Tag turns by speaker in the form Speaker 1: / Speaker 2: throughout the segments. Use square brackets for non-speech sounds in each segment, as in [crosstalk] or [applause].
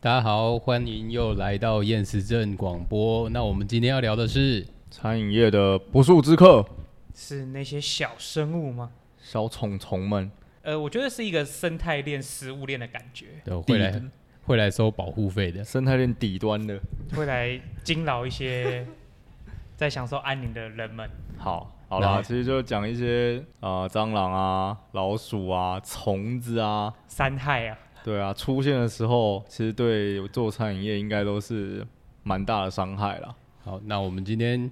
Speaker 1: 大家好，欢迎又来到厌食症广播。那我们今天要聊的是，
Speaker 2: 餐饮业的不速之客，
Speaker 3: 是那些小生物吗？
Speaker 2: 小虫虫们，
Speaker 3: 呃，我觉得是一个生态链、食物链的感觉，
Speaker 1: 对，会来
Speaker 2: 第一
Speaker 1: 会来收保护费的。
Speaker 2: 生态链底端的。
Speaker 3: [laughs] 会来惊扰一些在享受安宁的人们。
Speaker 2: 好，好
Speaker 1: 来
Speaker 2: 啦，其实就讲一些啊、呃蟑螂啊、老鼠啊、虫子啊，
Speaker 3: 三害啊，
Speaker 2: 对啊，出现的时候，其实对做餐饮业应该都是蛮大的伤害啦。 [laughs]
Speaker 1: 好，那我们今天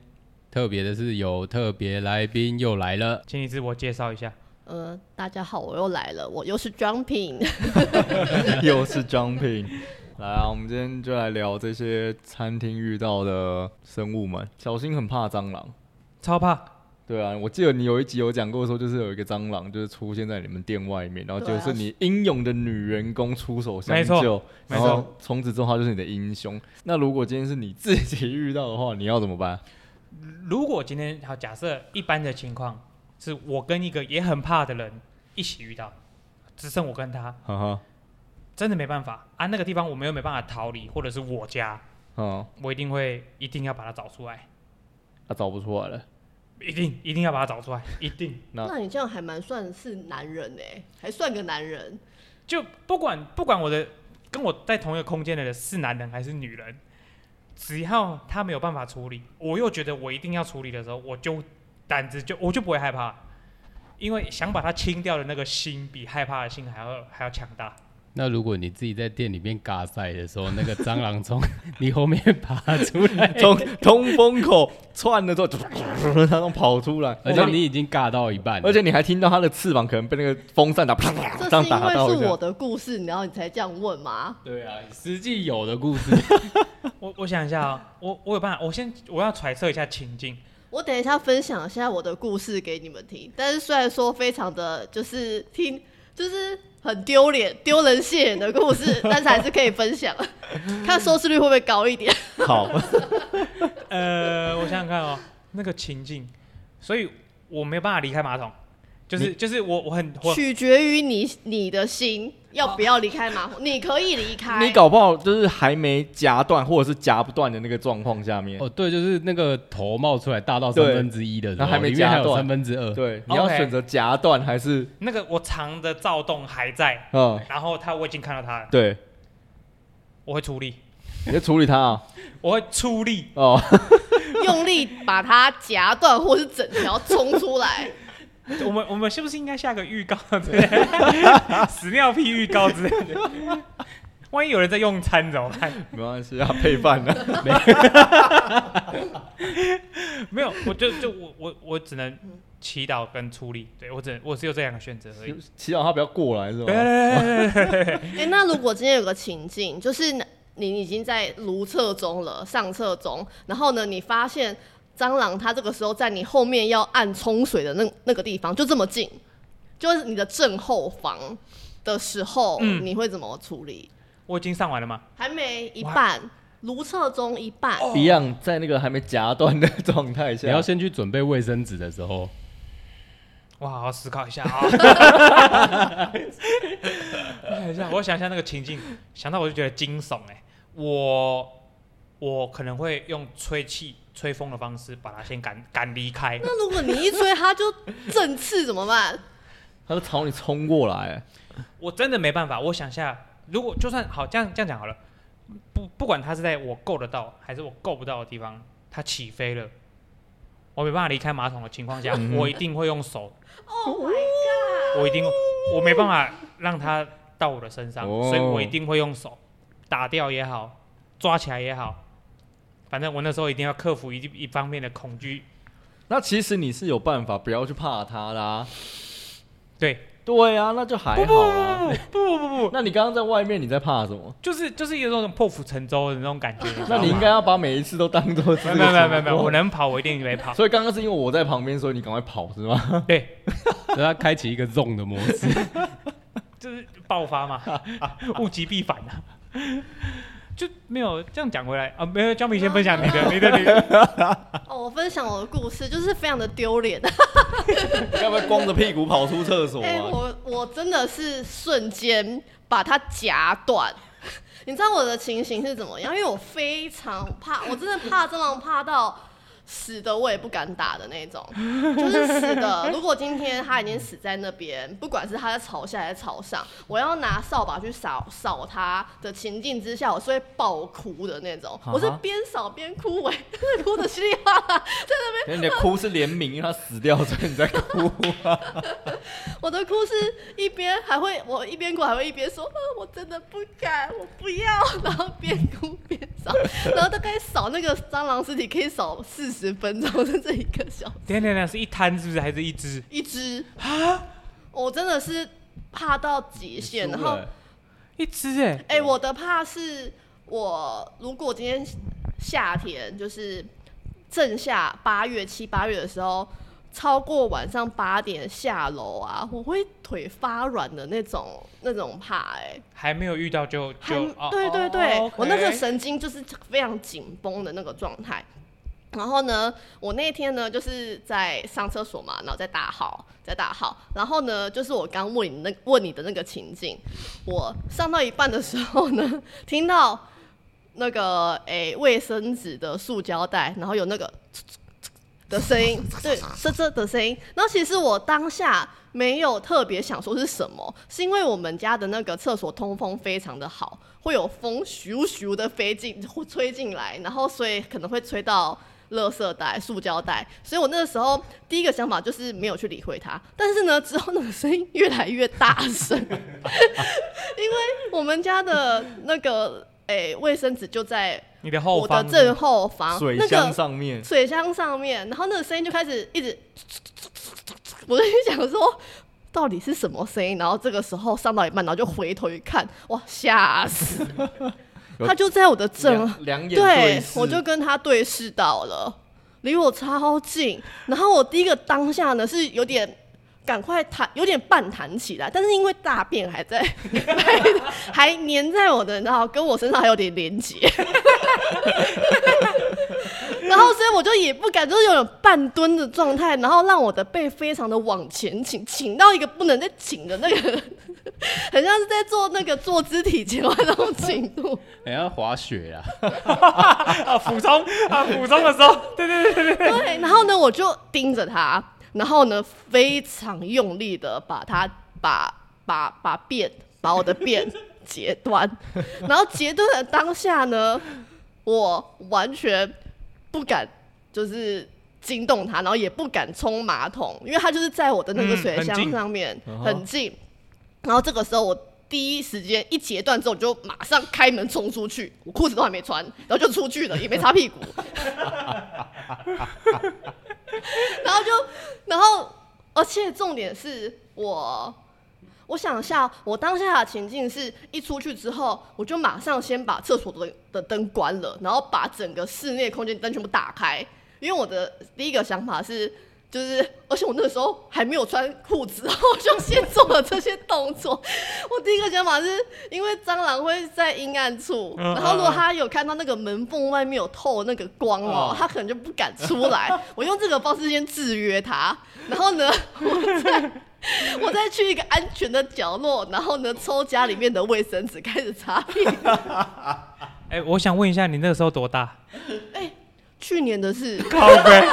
Speaker 1: 特别的是有特别来宾又来了，
Speaker 3: 请你自我介绍一下。
Speaker 4: 呃，大家好，我又来了，我又是 Jumping。
Speaker 2: 又是 jumping。来啊，我们今天就来聊这些餐厅遇到的生物们。小新很怕蟑螂，
Speaker 3: 超怕，
Speaker 2: 对啊，我记得你有一集有讲过说，就是有一个蟑螂就是出现在你们店外面，然后
Speaker 4: 对
Speaker 2: 就
Speaker 4: 啊
Speaker 2: 是你英勇的女员工出手相
Speaker 3: 没错
Speaker 2: 救，
Speaker 3: 没
Speaker 2: 然
Speaker 3: 错
Speaker 2: 后从此之后她就是你的英雄。 [laughs] 那如果今天是你自己遇到的话，你要怎么办？
Speaker 3: 如果今天好，假设一般的情况是我跟一个也很怕的人一起遇到，只剩我跟他，
Speaker 2: 哈哈，
Speaker 3: 真的没办法啊。那个地方我们又没办法逃离，或者是我家，
Speaker 2: 嗯，
Speaker 3: 我一定会一定要把它找出来，
Speaker 2: 她找不出来了，
Speaker 3: 一定一定要把它找出来，一定。
Speaker 2: 啊
Speaker 4: [laughs] 那你这样还蛮算是男人呢、还算个男人。
Speaker 3: 就不管不管我的跟我在同一个空间的人是男人还是女人，只要他没有办法处理，我又觉得我一定要处理的时候，我就胆子就我就不会害怕，因为想把它清掉的那个心比害怕的心还要还要强大。
Speaker 1: 那如果你自己在店里面尬赛的时候，那个蟑螂从 [laughs] 你后面爬出
Speaker 2: [laughs]
Speaker 1: 来，
Speaker 2: 从通风口窜了之后， [laughs] 它都跑出来，
Speaker 1: 而且你已经尬到一半了，
Speaker 2: 而且你还听到它的翅膀可能被那个风扇打 [laughs] 啪啪
Speaker 4: 这
Speaker 2: 这样
Speaker 4: 是因
Speaker 2: 啊打到
Speaker 4: 为
Speaker 2: 一
Speaker 4: 是我
Speaker 2: 下。
Speaker 4: 的故事，然后你才这样问吗？
Speaker 1: 对啊，实际有的故
Speaker 2: [laughs]
Speaker 1: 事，
Speaker 3: 我我想一下啊、我我有办法，我先我要揣测一下情境，
Speaker 4: 我等一下分享一下我的故事给你们听，但是虽然说非常的就是听就是很丢脸、丢人现眼的故事，但是还是可以
Speaker 2: [laughs]
Speaker 4: 分享，看收视率会不会高一点。
Speaker 2: 好，
Speaker 3: 呃，我想想看哦，那个情境，所以我没有办法离开马桶，就是就是我我很我
Speaker 4: 取决于你你的心要不要离开马桶，你可以离开。
Speaker 2: 你搞不好就是还没夹断或者是夹不断的那个状况下面，
Speaker 1: 哦，对，就是那个头冒出来大到三
Speaker 2: 对
Speaker 1: 分之一的时
Speaker 2: 然
Speaker 1: 候，
Speaker 2: 后还没
Speaker 1: 里面还
Speaker 2: 夹
Speaker 1: 有
Speaker 2: 断
Speaker 1: 三分之二，
Speaker 2: 对，你要
Speaker 3: OK
Speaker 2: 选择夹断还是
Speaker 3: 那个我藏的躁动还在，
Speaker 2: 嗯，
Speaker 3: 然后他我已经看到他了，
Speaker 2: 对，
Speaker 3: 我会处理，
Speaker 2: 你就处理它啊。
Speaker 3: 我会出力， [laughs]
Speaker 2: 哦，
Speaker 4: 用力把它夹断，或是整条冲出来。
Speaker 3: 我们我们是不是应该下个预告 [laughs] 之类的，屎尿屁预告之类的？万一有人在用餐怎么办？
Speaker 2: 没关系啊，配饭
Speaker 3: [laughs]
Speaker 2: 的。
Speaker 3: 没有，我就就我我我只能祈祷跟出力，对我只能我只有这两个选择而已。
Speaker 2: 祈祷他不要过来是
Speaker 3: 对对
Speaker 2: 吧？
Speaker 3: 对对对对
Speaker 4: 哎、那如果今天有个情境，就是呢你已经在如厕中了，上厕中，然后呢，你发现蟑螂它这个时候在你后面要按冲水的那那个地方，就这么近，就是你的正后方的时候，
Speaker 3: 嗯
Speaker 4: 你会怎么处理？
Speaker 3: 我已经上完了嘛？
Speaker 4: 还没一半，如厕中一半，
Speaker 2: 一样，在那个还没夹断的状态下，
Speaker 1: 你要先去准备卫生纸的时候， [laughs]
Speaker 3: 我好好思考一下 [laughs] 啊、我想一下，我想一下那个情境，想到我就觉得惊悚哎、我我可能会用吹气、吹风的方式把它先赶赶离开。
Speaker 4: 那如果你一吹它就振翅怎么办？
Speaker 2: 他就朝你冲过来。
Speaker 3: 我真的没办法，我想一下，如果就算好这样这样讲好了，不不管它是在我够得到还是我够不到的地方，它起飞了，我没办法离开马桶的情况下，
Speaker 2: 嗯
Speaker 3: 我一定会用手，
Speaker 4: Oh my god！
Speaker 3: 我一定我没办法让它到我的身上，
Speaker 2: 哦
Speaker 3: 所以我一定会用手打掉也好，抓起来也好，反正我那时候一定要克服一一方面的恐惧，
Speaker 2: 那其实你是有办法不要去怕他啦、
Speaker 3: 对，
Speaker 2: 对啊，那就还好啊啦。
Speaker 3: 不不不不不，
Speaker 2: 那你刚刚在外面你在怕什么？
Speaker 3: 就是就是有种破釜沉舟的那种感觉，知道
Speaker 2: 那你应
Speaker 3: 吗
Speaker 2: 该要把每一次都当做是这
Speaker 3: 没
Speaker 2: 个
Speaker 3: 有没有没有没有没
Speaker 2: 情
Speaker 3: 有，我
Speaker 2: 况
Speaker 3: 能跑我一定没跑，
Speaker 2: 所以刚刚是因为我在旁边，所以你赶快跑是
Speaker 3: [laughs]
Speaker 2: 吗？
Speaker 3: 对。
Speaker 1: 让它开启一个 zone 的模式。
Speaker 3: 就是爆发嘛，物极必反啊。就没有这样讲回来啊，没有，江米先分享你 [laughs] 的，你的，你的，
Speaker 4: 哦，我分享我的故事，就是非常的丢脸。
Speaker 2: 要不要光着屁股跑出厕所
Speaker 4: 哎、
Speaker 2: 啊？
Speaker 4: 我我真的是瞬间把它夹断， [laughs] 你知道我的情形是怎么样？因为我非常怕，我真的怕蟑螂怕到死的我也不敢打的那种，
Speaker 2: [laughs]
Speaker 4: 就是死的。如果今天它已经死在那边，不管是它在朝下还是朝上，我要拿扫把去扫扫它的情境之下，我是会爆哭的那种。我是
Speaker 2: 啊哈
Speaker 4: 边扫边哭、欸，我 [laughs] 哭的稀里哗啦。
Speaker 2: 因为你的哭是怜悯，因为他死掉，所以你在哭。
Speaker 4: 我的哭是一边还会我一边哭还会一边说，啊，我真的不敢，我不要，然后边哭边扫，然后大概扫那个蟑螂尸体可以扫四十分钟，甚至一个小时，
Speaker 3: 等一下等一下是一摊是不是？还是一只？
Speaker 4: 一只啊，我真的是怕到极限，然
Speaker 2: 欸
Speaker 4: 后
Speaker 3: 一只哎、
Speaker 4: 哎、我的怕是我如果今天夏天就是正夏八月七八月的时候，超过晚上八点下楼啊，我会腿发软的那种那种怕哎、
Speaker 3: 还没有遇到就
Speaker 4: 还
Speaker 3: 就哦
Speaker 4: 对对
Speaker 3: 哦
Speaker 4: 对，
Speaker 3: OK
Speaker 4: 我那个神经就是非常紧绷的那个状态。然后呢，我那天呢就是在上厕所嘛，然后在打号，在打号。然后呢，就是我刚问你那问你的那个情境，我上到一半的时候呢，听到那个诶卫生纸的塑胶袋，然后有那个的声音，对，这这的声音。然后其实我当下没有特别想说是什么，是因为我们家的那个厕所通风非常的好，会有风咻咻的飞进吹进来，然后所以可能会吹到。垃圾袋、塑胶袋，所以我那个时候第一个想法就是没有去理会它。但是呢，之后那个声音越来越大声， [laughs] 因为我们家的那个诶卫、生纸就在
Speaker 3: 你的后
Speaker 4: 我的
Speaker 3: 方
Speaker 4: 正后方，
Speaker 2: 水
Speaker 4: 那个
Speaker 2: 箱上面，
Speaker 4: 水箱上面，然后那个声音就开始一直， [laughs] 我就想说到底是什么声音，然后这个时候上到一半，然后就回头一看，哇，吓死！
Speaker 2: [laughs] 有
Speaker 4: 他就在我的正，
Speaker 2: 两两眼
Speaker 4: 对
Speaker 2: 视
Speaker 4: 我就跟他对视到了，离我超近，然后我第一个当下呢是有点。赶快弹，有点半弹起来，但是因为大便还在， [laughs] 还粘在我的，然后跟我身上还有点连接， [laughs] 然后所以我就也不敢，就是有种半蹲的状态，然后让我的背非常的往前倾，倾到一个不能再倾的那个， [laughs] 很像是在做那个坐肢体前弯那种 [laughs] 倾度。
Speaker 1: 你哎要滑雪啦，
Speaker 3: 啊俯冲啊俯冲的时候，对对对对对，
Speaker 4: 对，然后呢，我就盯着他，然后呢，非常用力的把他把把把辫，把我的辫截断，然后截断的当下呢，我完全不敢就是惊动他，然后也不敢冲马桶，因为他就是在我的那个
Speaker 3: 嗯
Speaker 4: 水
Speaker 3: 很
Speaker 4: 箱
Speaker 3: 近
Speaker 4: 上面、
Speaker 2: 嗯哼
Speaker 4: 很近，然后这个时候我。第一时间一截断之后，我就马上开门冲出去，我裤子都还没穿，然后就出去了，也没擦屁股。 [laughs] 然后就，然后，而且重点是我，我想一下，哦我当下的情境是一出去之后，我就马上先把厕所的的灯关了，然后把整个室内空间灯全部打开，因为我的第一个想法是。就是，而且我那个时候还没有穿裤子， [laughs] 然后我就先做了这些动作。我第一个想法是因为蟑螂会在阴暗处，
Speaker 3: 嗯
Speaker 4: 然后如果它有看到那个门缝外面有透那个光哦，
Speaker 2: 嗯
Speaker 4: 它可能就不敢出来。我用这个方式先制约它，然后呢，我再我再去一个安全的角落，然后呢抽家里面的卫生纸开始擦屁股。
Speaker 3: 哎、我想问一下，你那个时候多大？
Speaker 4: 哎、去年的事，
Speaker 3: 靠呗，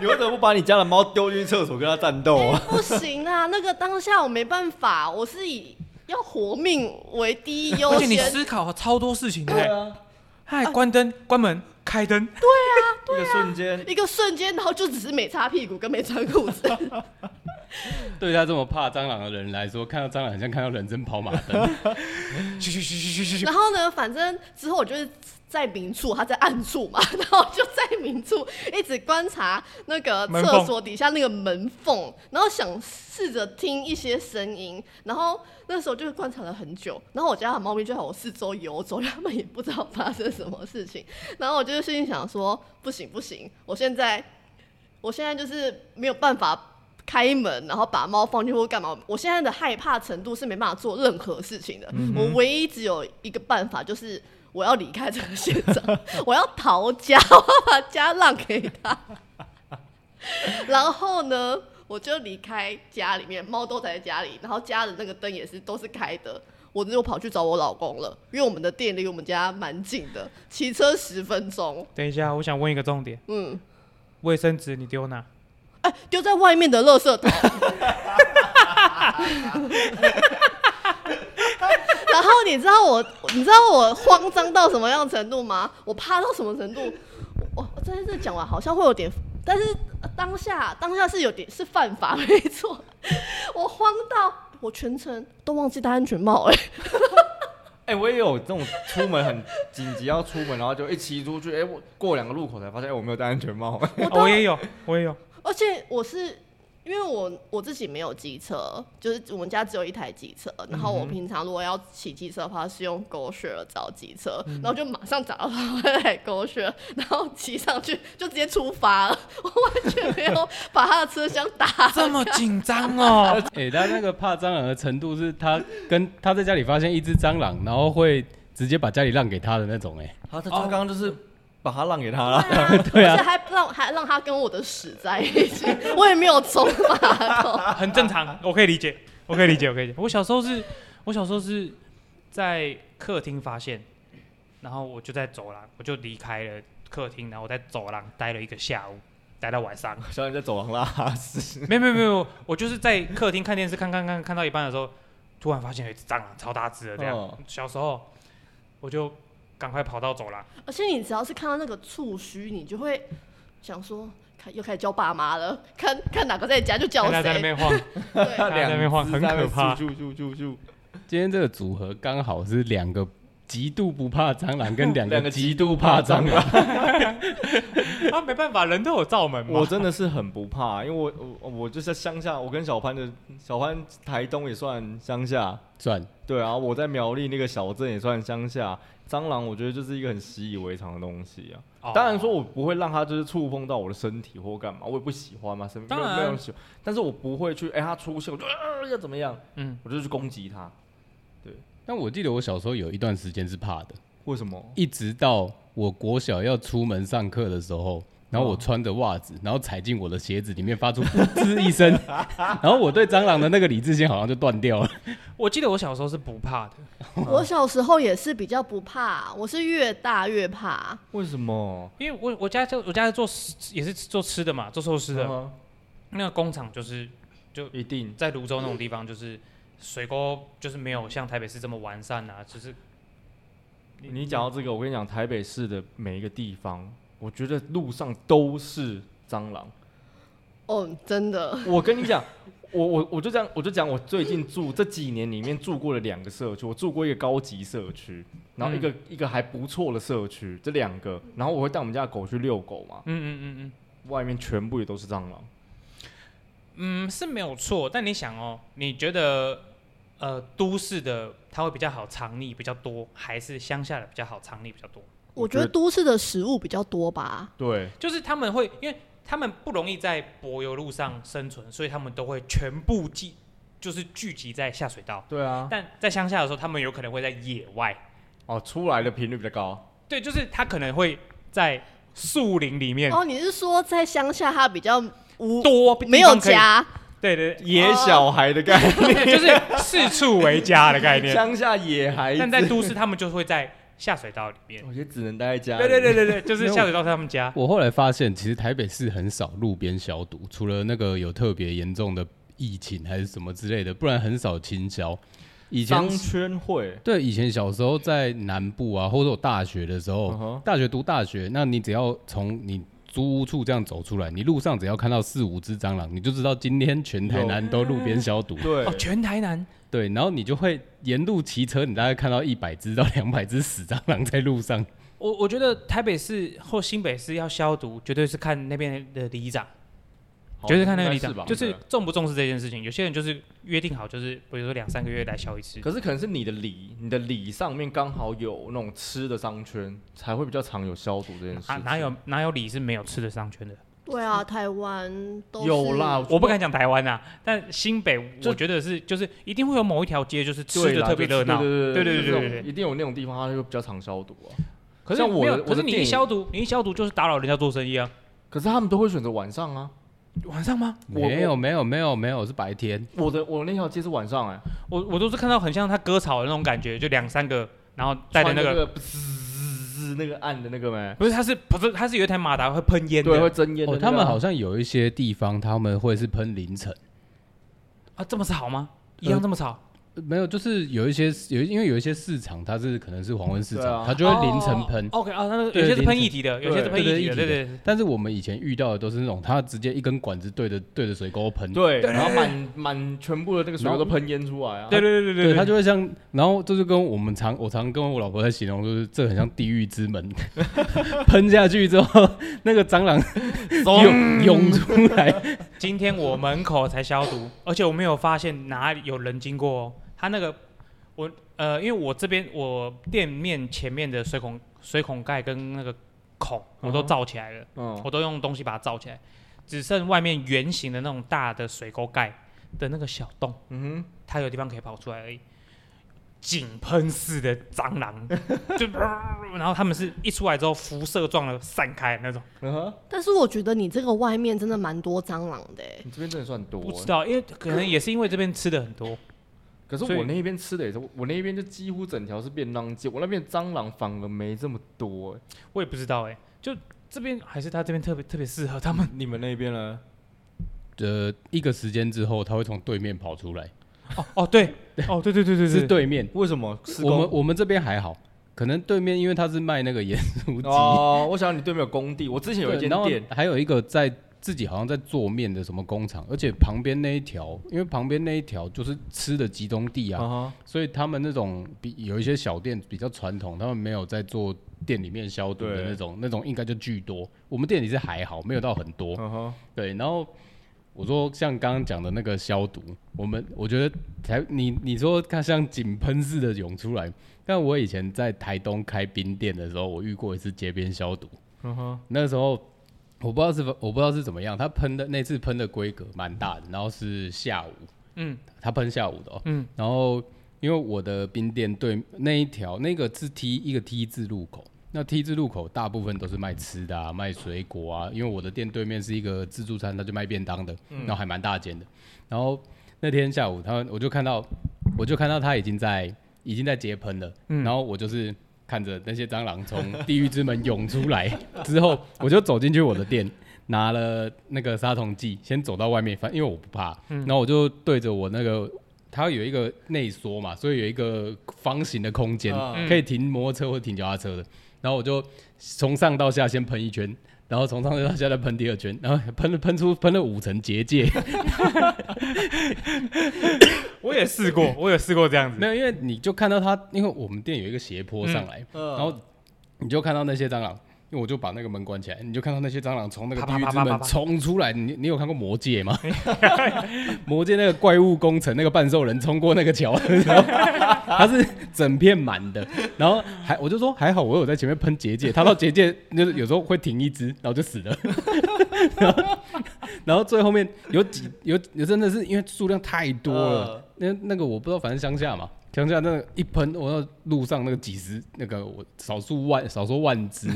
Speaker 2: 你为什么不把你家的猫丢进厕所跟它战斗
Speaker 3: 哦
Speaker 2: 啊？
Speaker 4: 哎不
Speaker 3: [laughs]
Speaker 4: 行啊，那个当下我没办法，我是以要活命为第一优
Speaker 3: 而且你
Speaker 4: 先。
Speaker 3: 思考超多事情的、
Speaker 2: 对
Speaker 3: 哎
Speaker 2: 啊，
Speaker 3: 嗨，关灯、关门、开灯，
Speaker 2: 一个瞬间，
Speaker 4: 一个瞬间，然后就只是没擦屁股跟没穿
Speaker 3: [laughs]
Speaker 4: 裤子，
Speaker 1: [laughs] 对他这么怕蟑螂的人来说，看到蟑螂很像看到人生跑马灯。 [laughs]
Speaker 3: 去去去去去去，
Speaker 4: 然后呢，反正之后我就是在明处，他在暗处嘛， [laughs] 然后就在明处一直观察那个
Speaker 3: 门
Speaker 4: 厕
Speaker 3: 缝
Speaker 4: 所底下那个门缝，然后想试着听一些声音，然后那时候就观察了很久，然后我家的猫咪就在我四周游走，它们也不知道发生什么事情，然后我就心里想说，不行不行，我现在我现在就是没有办法开门，然后把猫放进去或干嘛。我现在的害怕程度是没办法做任何事情的。
Speaker 3: 嗯
Speaker 4: 我唯一只有一个办法，就是我要离开这个现场， [laughs] 我要逃家，我要把家让给他。然后呢，我就离开家里面，猫都在家里，然后家的那个灯也是都是开的。我就跑去找我老公了，因为我们的店离我们家蛮近的，骑车十分钟。
Speaker 3: 等一下，我想问一个重点，
Speaker 4: 嗯，
Speaker 3: 卫生纸你丢哪？
Speaker 4: 哎、丢在外面的垃圾桶。然后你知道我，你知道我慌张到什么样程度吗？我怕到什么程度？我我在这讲完好像会有点，但是呃当下当下是有点是犯法没错。我慌到我全程都忘记戴安全帽、哎，
Speaker 2: 哎、我也有这种出门很紧急要出门，然后就一骑出去，哎、我过两个路口才发现，哎、我没有戴安全帽。
Speaker 4: 我
Speaker 3: 哦
Speaker 4: 到
Speaker 3: 我也有，我也有。
Speaker 4: 而且我是因为我我自己没有机车，就是我们家只有一台机车，然后我平常如果要骑机车的话，是用 g o s h a r 找机车，然后就马上找到那台 g o s h a r 然后骑上去就直接出发了，我完全没有把他的车厢打
Speaker 3: [laughs] 这么紧张
Speaker 4: [laughs]
Speaker 3: 哦！
Speaker 1: 哎、他那个怕蟑螂的程度是他跟他在家里发现一只蟑螂，然后会直接把家里让给他的那种、哎，
Speaker 2: 他他刚刚就是把他让给他了。
Speaker 1: 对啊
Speaker 4: 而且还让还让他跟我的屎在一起，我也没有冲 [laughs] 马桶。
Speaker 3: 很正常，我可以理解，我可以理解，我可以理解。我小时候是，我小时候是在客厅发现，然后我就在走廊，我就离开了客厅，然后我在走廊待了一个下午，待到晚上。
Speaker 2: 小你在走廊拉屎，
Speaker 3: 没有没有没有，我就是在客厅看电视，看看看看到一半的时候，突然发现有一只蟑螂，超大只的这样。
Speaker 2: 哦
Speaker 3: 小时候我就赶快跑到走廊，
Speaker 4: 而且你只要是看到那个触须，你就会想说，看又开始叫爸妈了，看看哪个在家就叫
Speaker 3: 看他在那
Speaker 4: 谁。
Speaker 3: 边晃，
Speaker 4: 对
Speaker 3: 他在那边
Speaker 2: 两
Speaker 3: 晃
Speaker 2: 只
Speaker 3: 很
Speaker 2: 在那
Speaker 3: 可
Speaker 2: 边
Speaker 3: 怕
Speaker 2: 咻咻咻咻咻
Speaker 1: 今天这个组合刚好是两个极度不怕蟑螂跟两
Speaker 2: 两
Speaker 1: 个
Speaker 2: 个
Speaker 1: 极度怕蟑螂。
Speaker 3: [laughs] 啊没办法，人都有罩门嘛。
Speaker 2: 我真的是很不怕，因为我我我就是在乡下，我跟小潘的小潘台东也算乡下，
Speaker 1: 算，
Speaker 2: 对啊，我在苗栗那个小镇也算乡下。蟑螂我觉得就是一个很习以为常的东西啊。
Speaker 3: 哦
Speaker 2: 当然说我不会让它就是触碰到我的身体或干嘛，我也不喜欢嘛，身没
Speaker 3: 当
Speaker 2: 有
Speaker 3: 然
Speaker 2: 没有人喜欢。但是我不会去，哎、它出现我就、呃、要怎么样，
Speaker 3: 嗯，
Speaker 2: 我就去攻击它。
Speaker 1: 但我记得我小时候有一段时间是怕的，
Speaker 2: 为什么？
Speaker 1: 一直到我国小要出门上课的时候，然后我
Speaker 2: 哦
Speaker 1: 穿着袜子，然后踩进我的鞋子里面，发出噗嗤一 [laughs] 声，然后我对蟑螂的那个理智线好像就断掉了。
Speaker 3: 我记得我小时候是不怕的，
Speaker 4: 我小时候也是比较不怕，我是越大越怕。
Speaker 2: 为什么？
Speaker 3: 因为我我家就我家做也是做吃的嘛，做寿司的，
Speaker 2: 嗯
Speaker 3: 那个工厂就是
Speaker 2: 一定
Speaker 3: 在泸州那种地方，就是水沟就是没有像台北市这么完善啊，就是
Speaker 2: 你讲到这个，我跟你讲，台北市的每一个地方，我觉得路上都是蟑螂。
Speaker 4: 哦，真的，
Speaker 2: 我跟你讲，我我我就这样，我就讲我最近住这几年里面住过的两个社区，我住过一个高级社区，然后一个、一个还不错的社区，这两个，然后我会带我们家的狗去遛狗嘛，
Speaker 3: 嗯嗯嗯
Speaker 2: 外面全部也都是蟑螂。
Speaker 3: 嗯嗯是没有错，但你想哦，你觉得呃都市的它会比较好藏匿比较多，还是乡下的比较好藏匿比较多？
Speaker 4: 我觉得都市的食物比较多吧。
Speaker 2: 对，
Speaker 3: 就是他们会因为他们不容易在柏油路上生存，所以他们都会全部集就是聚集在下水道，
Speaker 2: 对 [laughs] 啊，
Speaker 3: 但在乡下的时候，他们有可能会在野外。
Speaker 2: 哦，出来的频率比较高。
Speaker 3: 对，就是他可能会在树林里面
Speaker 4: 哦，你是说在乡下它比较
Speaker 3: 嗯
Speaker 4: 无
Speaker 3: 多、
Speaker 4: 没有
Speaker 3: 地方可以，
Speaker 4: 家？哦
Speaker 3: 对对
Speaker 2: 野小孩的概念，
Speaker 3: 对，就是四处为家的概
Speaker 4: [laughs]
Speaker 2: [laughs]
Speaker 3: 念。
Speaker 2: 乡下野孩子，
Speaker 3: 但在都市，他们就会在下水道里
Speaker 2: [laughs]
Speaker 3: 面。
Speaker 4: [laughs]
Speaker 2: 我觉得只能待在家。
Speaker 3: 对对，对对对，就是下水道是他们家。
Speaker 1: 我后来发现，其实台北市很少路边消毒，除了那个有特别严重的疫情还是什么之类的，不然很少清消。以前
Speaker 2: 商圈会，
Speaker 1: 对，以前小时候在南部啊，或者我大学的时候
Speaker 2: 嗯哼
Speaker 1: 大学读大学，那你只要从你租屋处这样走出来，你路上只要看到四五只蟑螂，你就知道今天全台南都路边消毒。
Speaker 2: 对，
Speaker 3: 哦，全台南
Speaker 1: 对，然后你就会沿路骑车，你大概看到一百只到两百只死蟑螂在路上。
Speaker 3: 我我觉得台北市或新北市要消毒，绝对是看那边的里长，
Speaker 2: 好
Speaker 3: 绝对看那个
Speaker 2: 哦
Speaker 3: 里
Speaker 2: 应该
Speaker 3: 长
Speaker 2: 是吧，
Speaker 3: 就是重不重视这件事情。有些人就是约定好，就是比如说两三个月来消一次。
Speaker 2: 可是可能是你的里，你的里上面刚好有那种吃的商圈，才会比较常有消毒这件事
Speaker 3: 啊，
Speaker 2: 情。
Speaker 3: 哪有哪有里是没有吃的商圈的？
Speaker 4: 对啊，台湾都是
Speaker 2: 有啦，
Speaker 3: 我不敢讲台湾啊，但新北
Speaker 2: 哦就
Speaker 3: 我觉得是就是一定会有某一条街就是吃
Speaker 2: 对
Speaker 3: 的
Speaker 2: 啦
Speaker 3: 特别
Speaker 2: 就
Speaker 3: 热闹，
Speaker 2: 对对
Speaker 3: 对对对
Speaker 2: 这种
Speaker 3: 对对。
Speaker 2: 一定有那种地方，它就比较常消毒啊。
Speaker 3: 可是
Speaker 2: 像我
Speaker 3: 没有
Speaker 2: 的我
Speaker 3: 可
Speaker 2: 的
Speaker 3: 是你
Speaker 2: 电
Speaker 3: 一
Speaker 2: 影
Speaker 3: 消毒，你一消毒就是打扰人家做生意啊。
Speaker 2: 可是他们都会选择晚上啊，
Speaker 3: 晚上吗？
Speaker 2: 我
Speaker 1: 没有没有没有没有是白天，
Speaker 2: 我的我那条街是晚上哎、
Speaker 3: 我我都是看到很像他割草的那种感觉，就两三个，然后带着
Speaker 2: 穿
Speaker 3: 那个，
Speaker 2: 个滋那个暗的那个没，
Speaker 3: 不是，他是不是他是有一台马达会喷烟
Speaker 2: 对，会
Speaker 3: 的
Speaker 2: 真烟的
Speaker 1: 哦，
Speaker 2: 那个啊、
Speaker 1: 他们好像有一些地方他们会是喷凌晨，
Speaker 3: 啊？这么吵吗？一样这么吵？
Speaker 1: 呃没有，就是有一些有因为有一些市场它是可能是黄昏市
Speaker 2: 对
Speaker 1: 场，
Speaker 2: 啊
Speaker 1: 它就会凌晨喷。
Speaker 3: 哦 OK 啊，那个
Speaker 1: 对
Speaker 3: 有些是
Speaker 1: 凌
Speaker 3: 喷
Speaker 1: 晨
Speaker 3: 液体的，有些是
Speaker 2: 对
Speaker 3: 喷液
Speaker 1: 对
Speaker 3: 体的，
Speaker 1: 对
Speaker 3: 对对对。
Speaker 1: 但是我们以前遇到的都是那种，它直接一根管子对着对着水沟喷，
Speaker 2: 对，然后满满全部的那个水沟都喷烟出来啊，
Speaker 3: 对对对
Speaker 1: 对，
Speaker 3: 对，
Speaker 1: 它就会像，然后这就跟我们常我常跟我老婆在形容，就是这很像地狱之门， [laughs] 喷下去之后，那个蟑螂
Speaker 2: 嗯哦
Speaker 1: 涌涌出
Speaker 2: [laughs]
Speaker 1: 来，
Speaker 3: 今天我门口才消毒，而且我没有发现哪里有人经过哦。他那个我呃，因为我这边我店面前面的水孔水孔盖跟那个孔我都
Speaker 2: 嗯哼
Speaker 3: 罩起来了，
Speaker 2: 嗯，
Speaker 3: 我都用东西把它罩起来，只剩外面圆形的那种大的水沟盖的那个小洞，
Speaker 2: 嗯
Speaker 3: 它有地方可以跑出来而已。井喷似的蟑螂，就然后他们是一出来之后辐射状的散开那种。
Speaker 2: 哼，嗯哼，
Speaker 4: 但是我觉得你这个外面真的蛮多蟑螂的、
Speaker 2: [laughs]
Speaker 4: 欸，
Speaker 2: 你这边真的算多
Speaker 3: 不知
Speaker 2: 欸，
Speaker 3: 道，因为可能也是因为这边吃的很多，
Speaker 2: 可是
Speaker 3: 所以
Speaker 2: 我那边吃的也是，我那边就几乎整条是便当街，我那边蟑螂反而没这么多欸，
Speaker 3: 我也不知道哎、就这边还是他这边特别特别适合他们。
Speaker 2: 你们那边呢？
Speaker 1: 呃，一个时间之后，它会从对面跑出来，
Speaker 3: 哦哦对，哦对对对对
Speaker 1: 是
Speaker 3: 对对，
Speaker 1: 对面，
Speaker 2: 为什么？施
Speaker 1: 我们
Speaker 2: 工
Speaker 1: 我们这边还好，可能对面因为它是卖那个盐酥鸡，
Speaker 2: 哦，我想你对面有工地，我之前有一
Speaker 1: 对，
Speaker 2: 间
Speaker 1: 然后
Speaker 2: 店，
Speaker 1: 还有一个在自己好像在做面的什么工厂，而且旁边那一条，因为旁边那一条就是吃的集中地啊，
Speaker 2: 啊
Speaker 1: 所以他们那种比有一些小店比较传统，他们没有在做店里面消毒的
Speaker 2: 对
Speaker 1: 那种，那种应该就巨多。我们店里是还好，没有到很多。
Speaker 2: 嗯哼，
Speaker 1: 对，然后我说像刚刚讲的那个消毒，我们我觉得台你你说看像井喷似的涌出来，但我以前在台东开冰店的时候，我遇过一次街边消毒，
Speaker 2: 嗯哼，
Speaker 1: 那时候。我不知道是我不知道是怎么样，他喷的那次喷的规格蛮大的，然后是下午，
Speaker 3: 嗯
Speaker 1: 他喷下午的哦，
Speaker 3: 嗯
Speaker 1: 然后因为我的冰店对那一条那个是 T 一个 T 字路口，那 T 字路口大部分都是卖吃的啊，卖水果啊。因为我的店对面是一个自助餐，他就卖便当的，然后还蛮大间的。然后那天下午他们我就看到，我就看到他已经在已经在接喷了，
Speaker 3: 嗯
Speaker 1: 然后我就是。看着那些蟑螂从地狱之门涌出来 [laughs] 之后，我就走进去我的店，拿了那个杀虫剂，先走到外面，反正因为我不怕，然后我就对着我那个它有一个内缩嘛，所以有一个方形的空间、
Speaker 2: 嗯
Speaker 1: 可以停摩托车或停脚踏车的。然后我就从上到下先喷一圈，然后从上到下再喷第二圈，然后喷了喷出喷了五层结界。
Speaker 3: 我也试 [laughs] 过，我有试过这样子
Speaker 1: 没。有，因为你就看到它，因为我们店有一个斜坡上来，
Speaker 3: 嗯
Speaker 2: 嗯
Speaker 1: 然后你就看到那些蟑螂。因为我就把那个门关起来，你就看到那些蟑螂从那个
Speaker 3: 啪
Speaker 1: 地
Speaker 3: 啪
Speaker 1: 狱
Speaker 3: 啪
Speaker 1: 之
Speaker 3: 啪啪
Speaker 1: 门
Speaker 3: 啪
Speaker 1: 冲出来。你你有看过《魔戒》
Speaker 3: [laughs]
Speaker 1: 吗？魔戒那个怪物工程，那个半兽人冲过那个桥的时候，它是整片满的。然后还我就说还好我有在前面喷结界，它到结界就是有时候会停一只，然后就死了。 [laughs] 然后然后最后面有几有有真的是因为数量太多了，那
Speaker 3: 嗯
Speaker 1: 那个我不知道，反正乡下嘛，乡下那个一喷，我那路上那个几十那个我少数万少说万只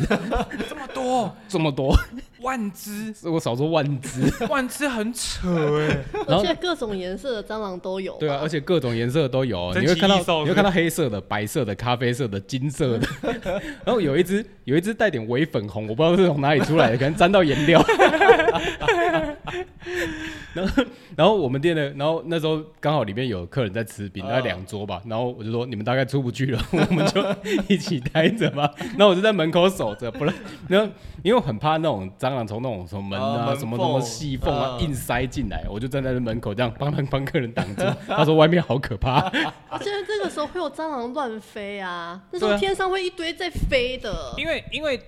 Speaker 3: 这么多
Speaker 1: [laughs] 这么多，
Speaker 3: 万只，
Speaker 1: 我少说万只，
Speaker 3: 万只很扯哎、
Speaker 1: 然
Speaker 4: 而
Speaker 1: 后
Speaker 4: 且各种颜色的蟑螂都有吧。
Speaker 1: 对啊，而且各种颜色都有，
Speaker 3: 珍
Speaker 1: 你
Speaker 3: 奇
Speaker 1: 会看到
Speaker 3: 异兽
Speaker 1: 你会看到黑色的、白色的、咖啡色的、金色的， [laughs] 然后有一只有一只带点微粉红，我不知道是从哪里出
Speaker 4: [laughs]
Speaker 1: 来的，可能沾到颜料。 [laughs] 然后然后我们店的，然后那时候刚好里面有客人在吃
Speaker 4: 啊
Speaker 1: 饼，大概两桌吧，然后我就说你们大概出不去了，我们就 [laughs] 一起待着 [laughs] 吧。然后我就在门口守着，不然 [laughs] 然后因为我很怕那种蟑螂从那种什么门
Speaker 2: 啊
Speaker 1: 啊、
Speaker 2: 门
Speaker 1: 什么什么
Speaker 2: 缝
Speaker 1: 细缝啊、
Speaker 2: 啊
Speaker 1: 硬塞进来，我就站在那门口这样帮他帮客人挡住。 [laughs] 他说外面好可怕，
Speaker 4: 而且这个时候会有蟑螂乱飞啊，那时
Speaker 3: 对
Speaker 4: 候
Speaker 3: 啊
Speaker 4: 天上会一堆在飞的。
Speaker 3: [laughs] 因为因为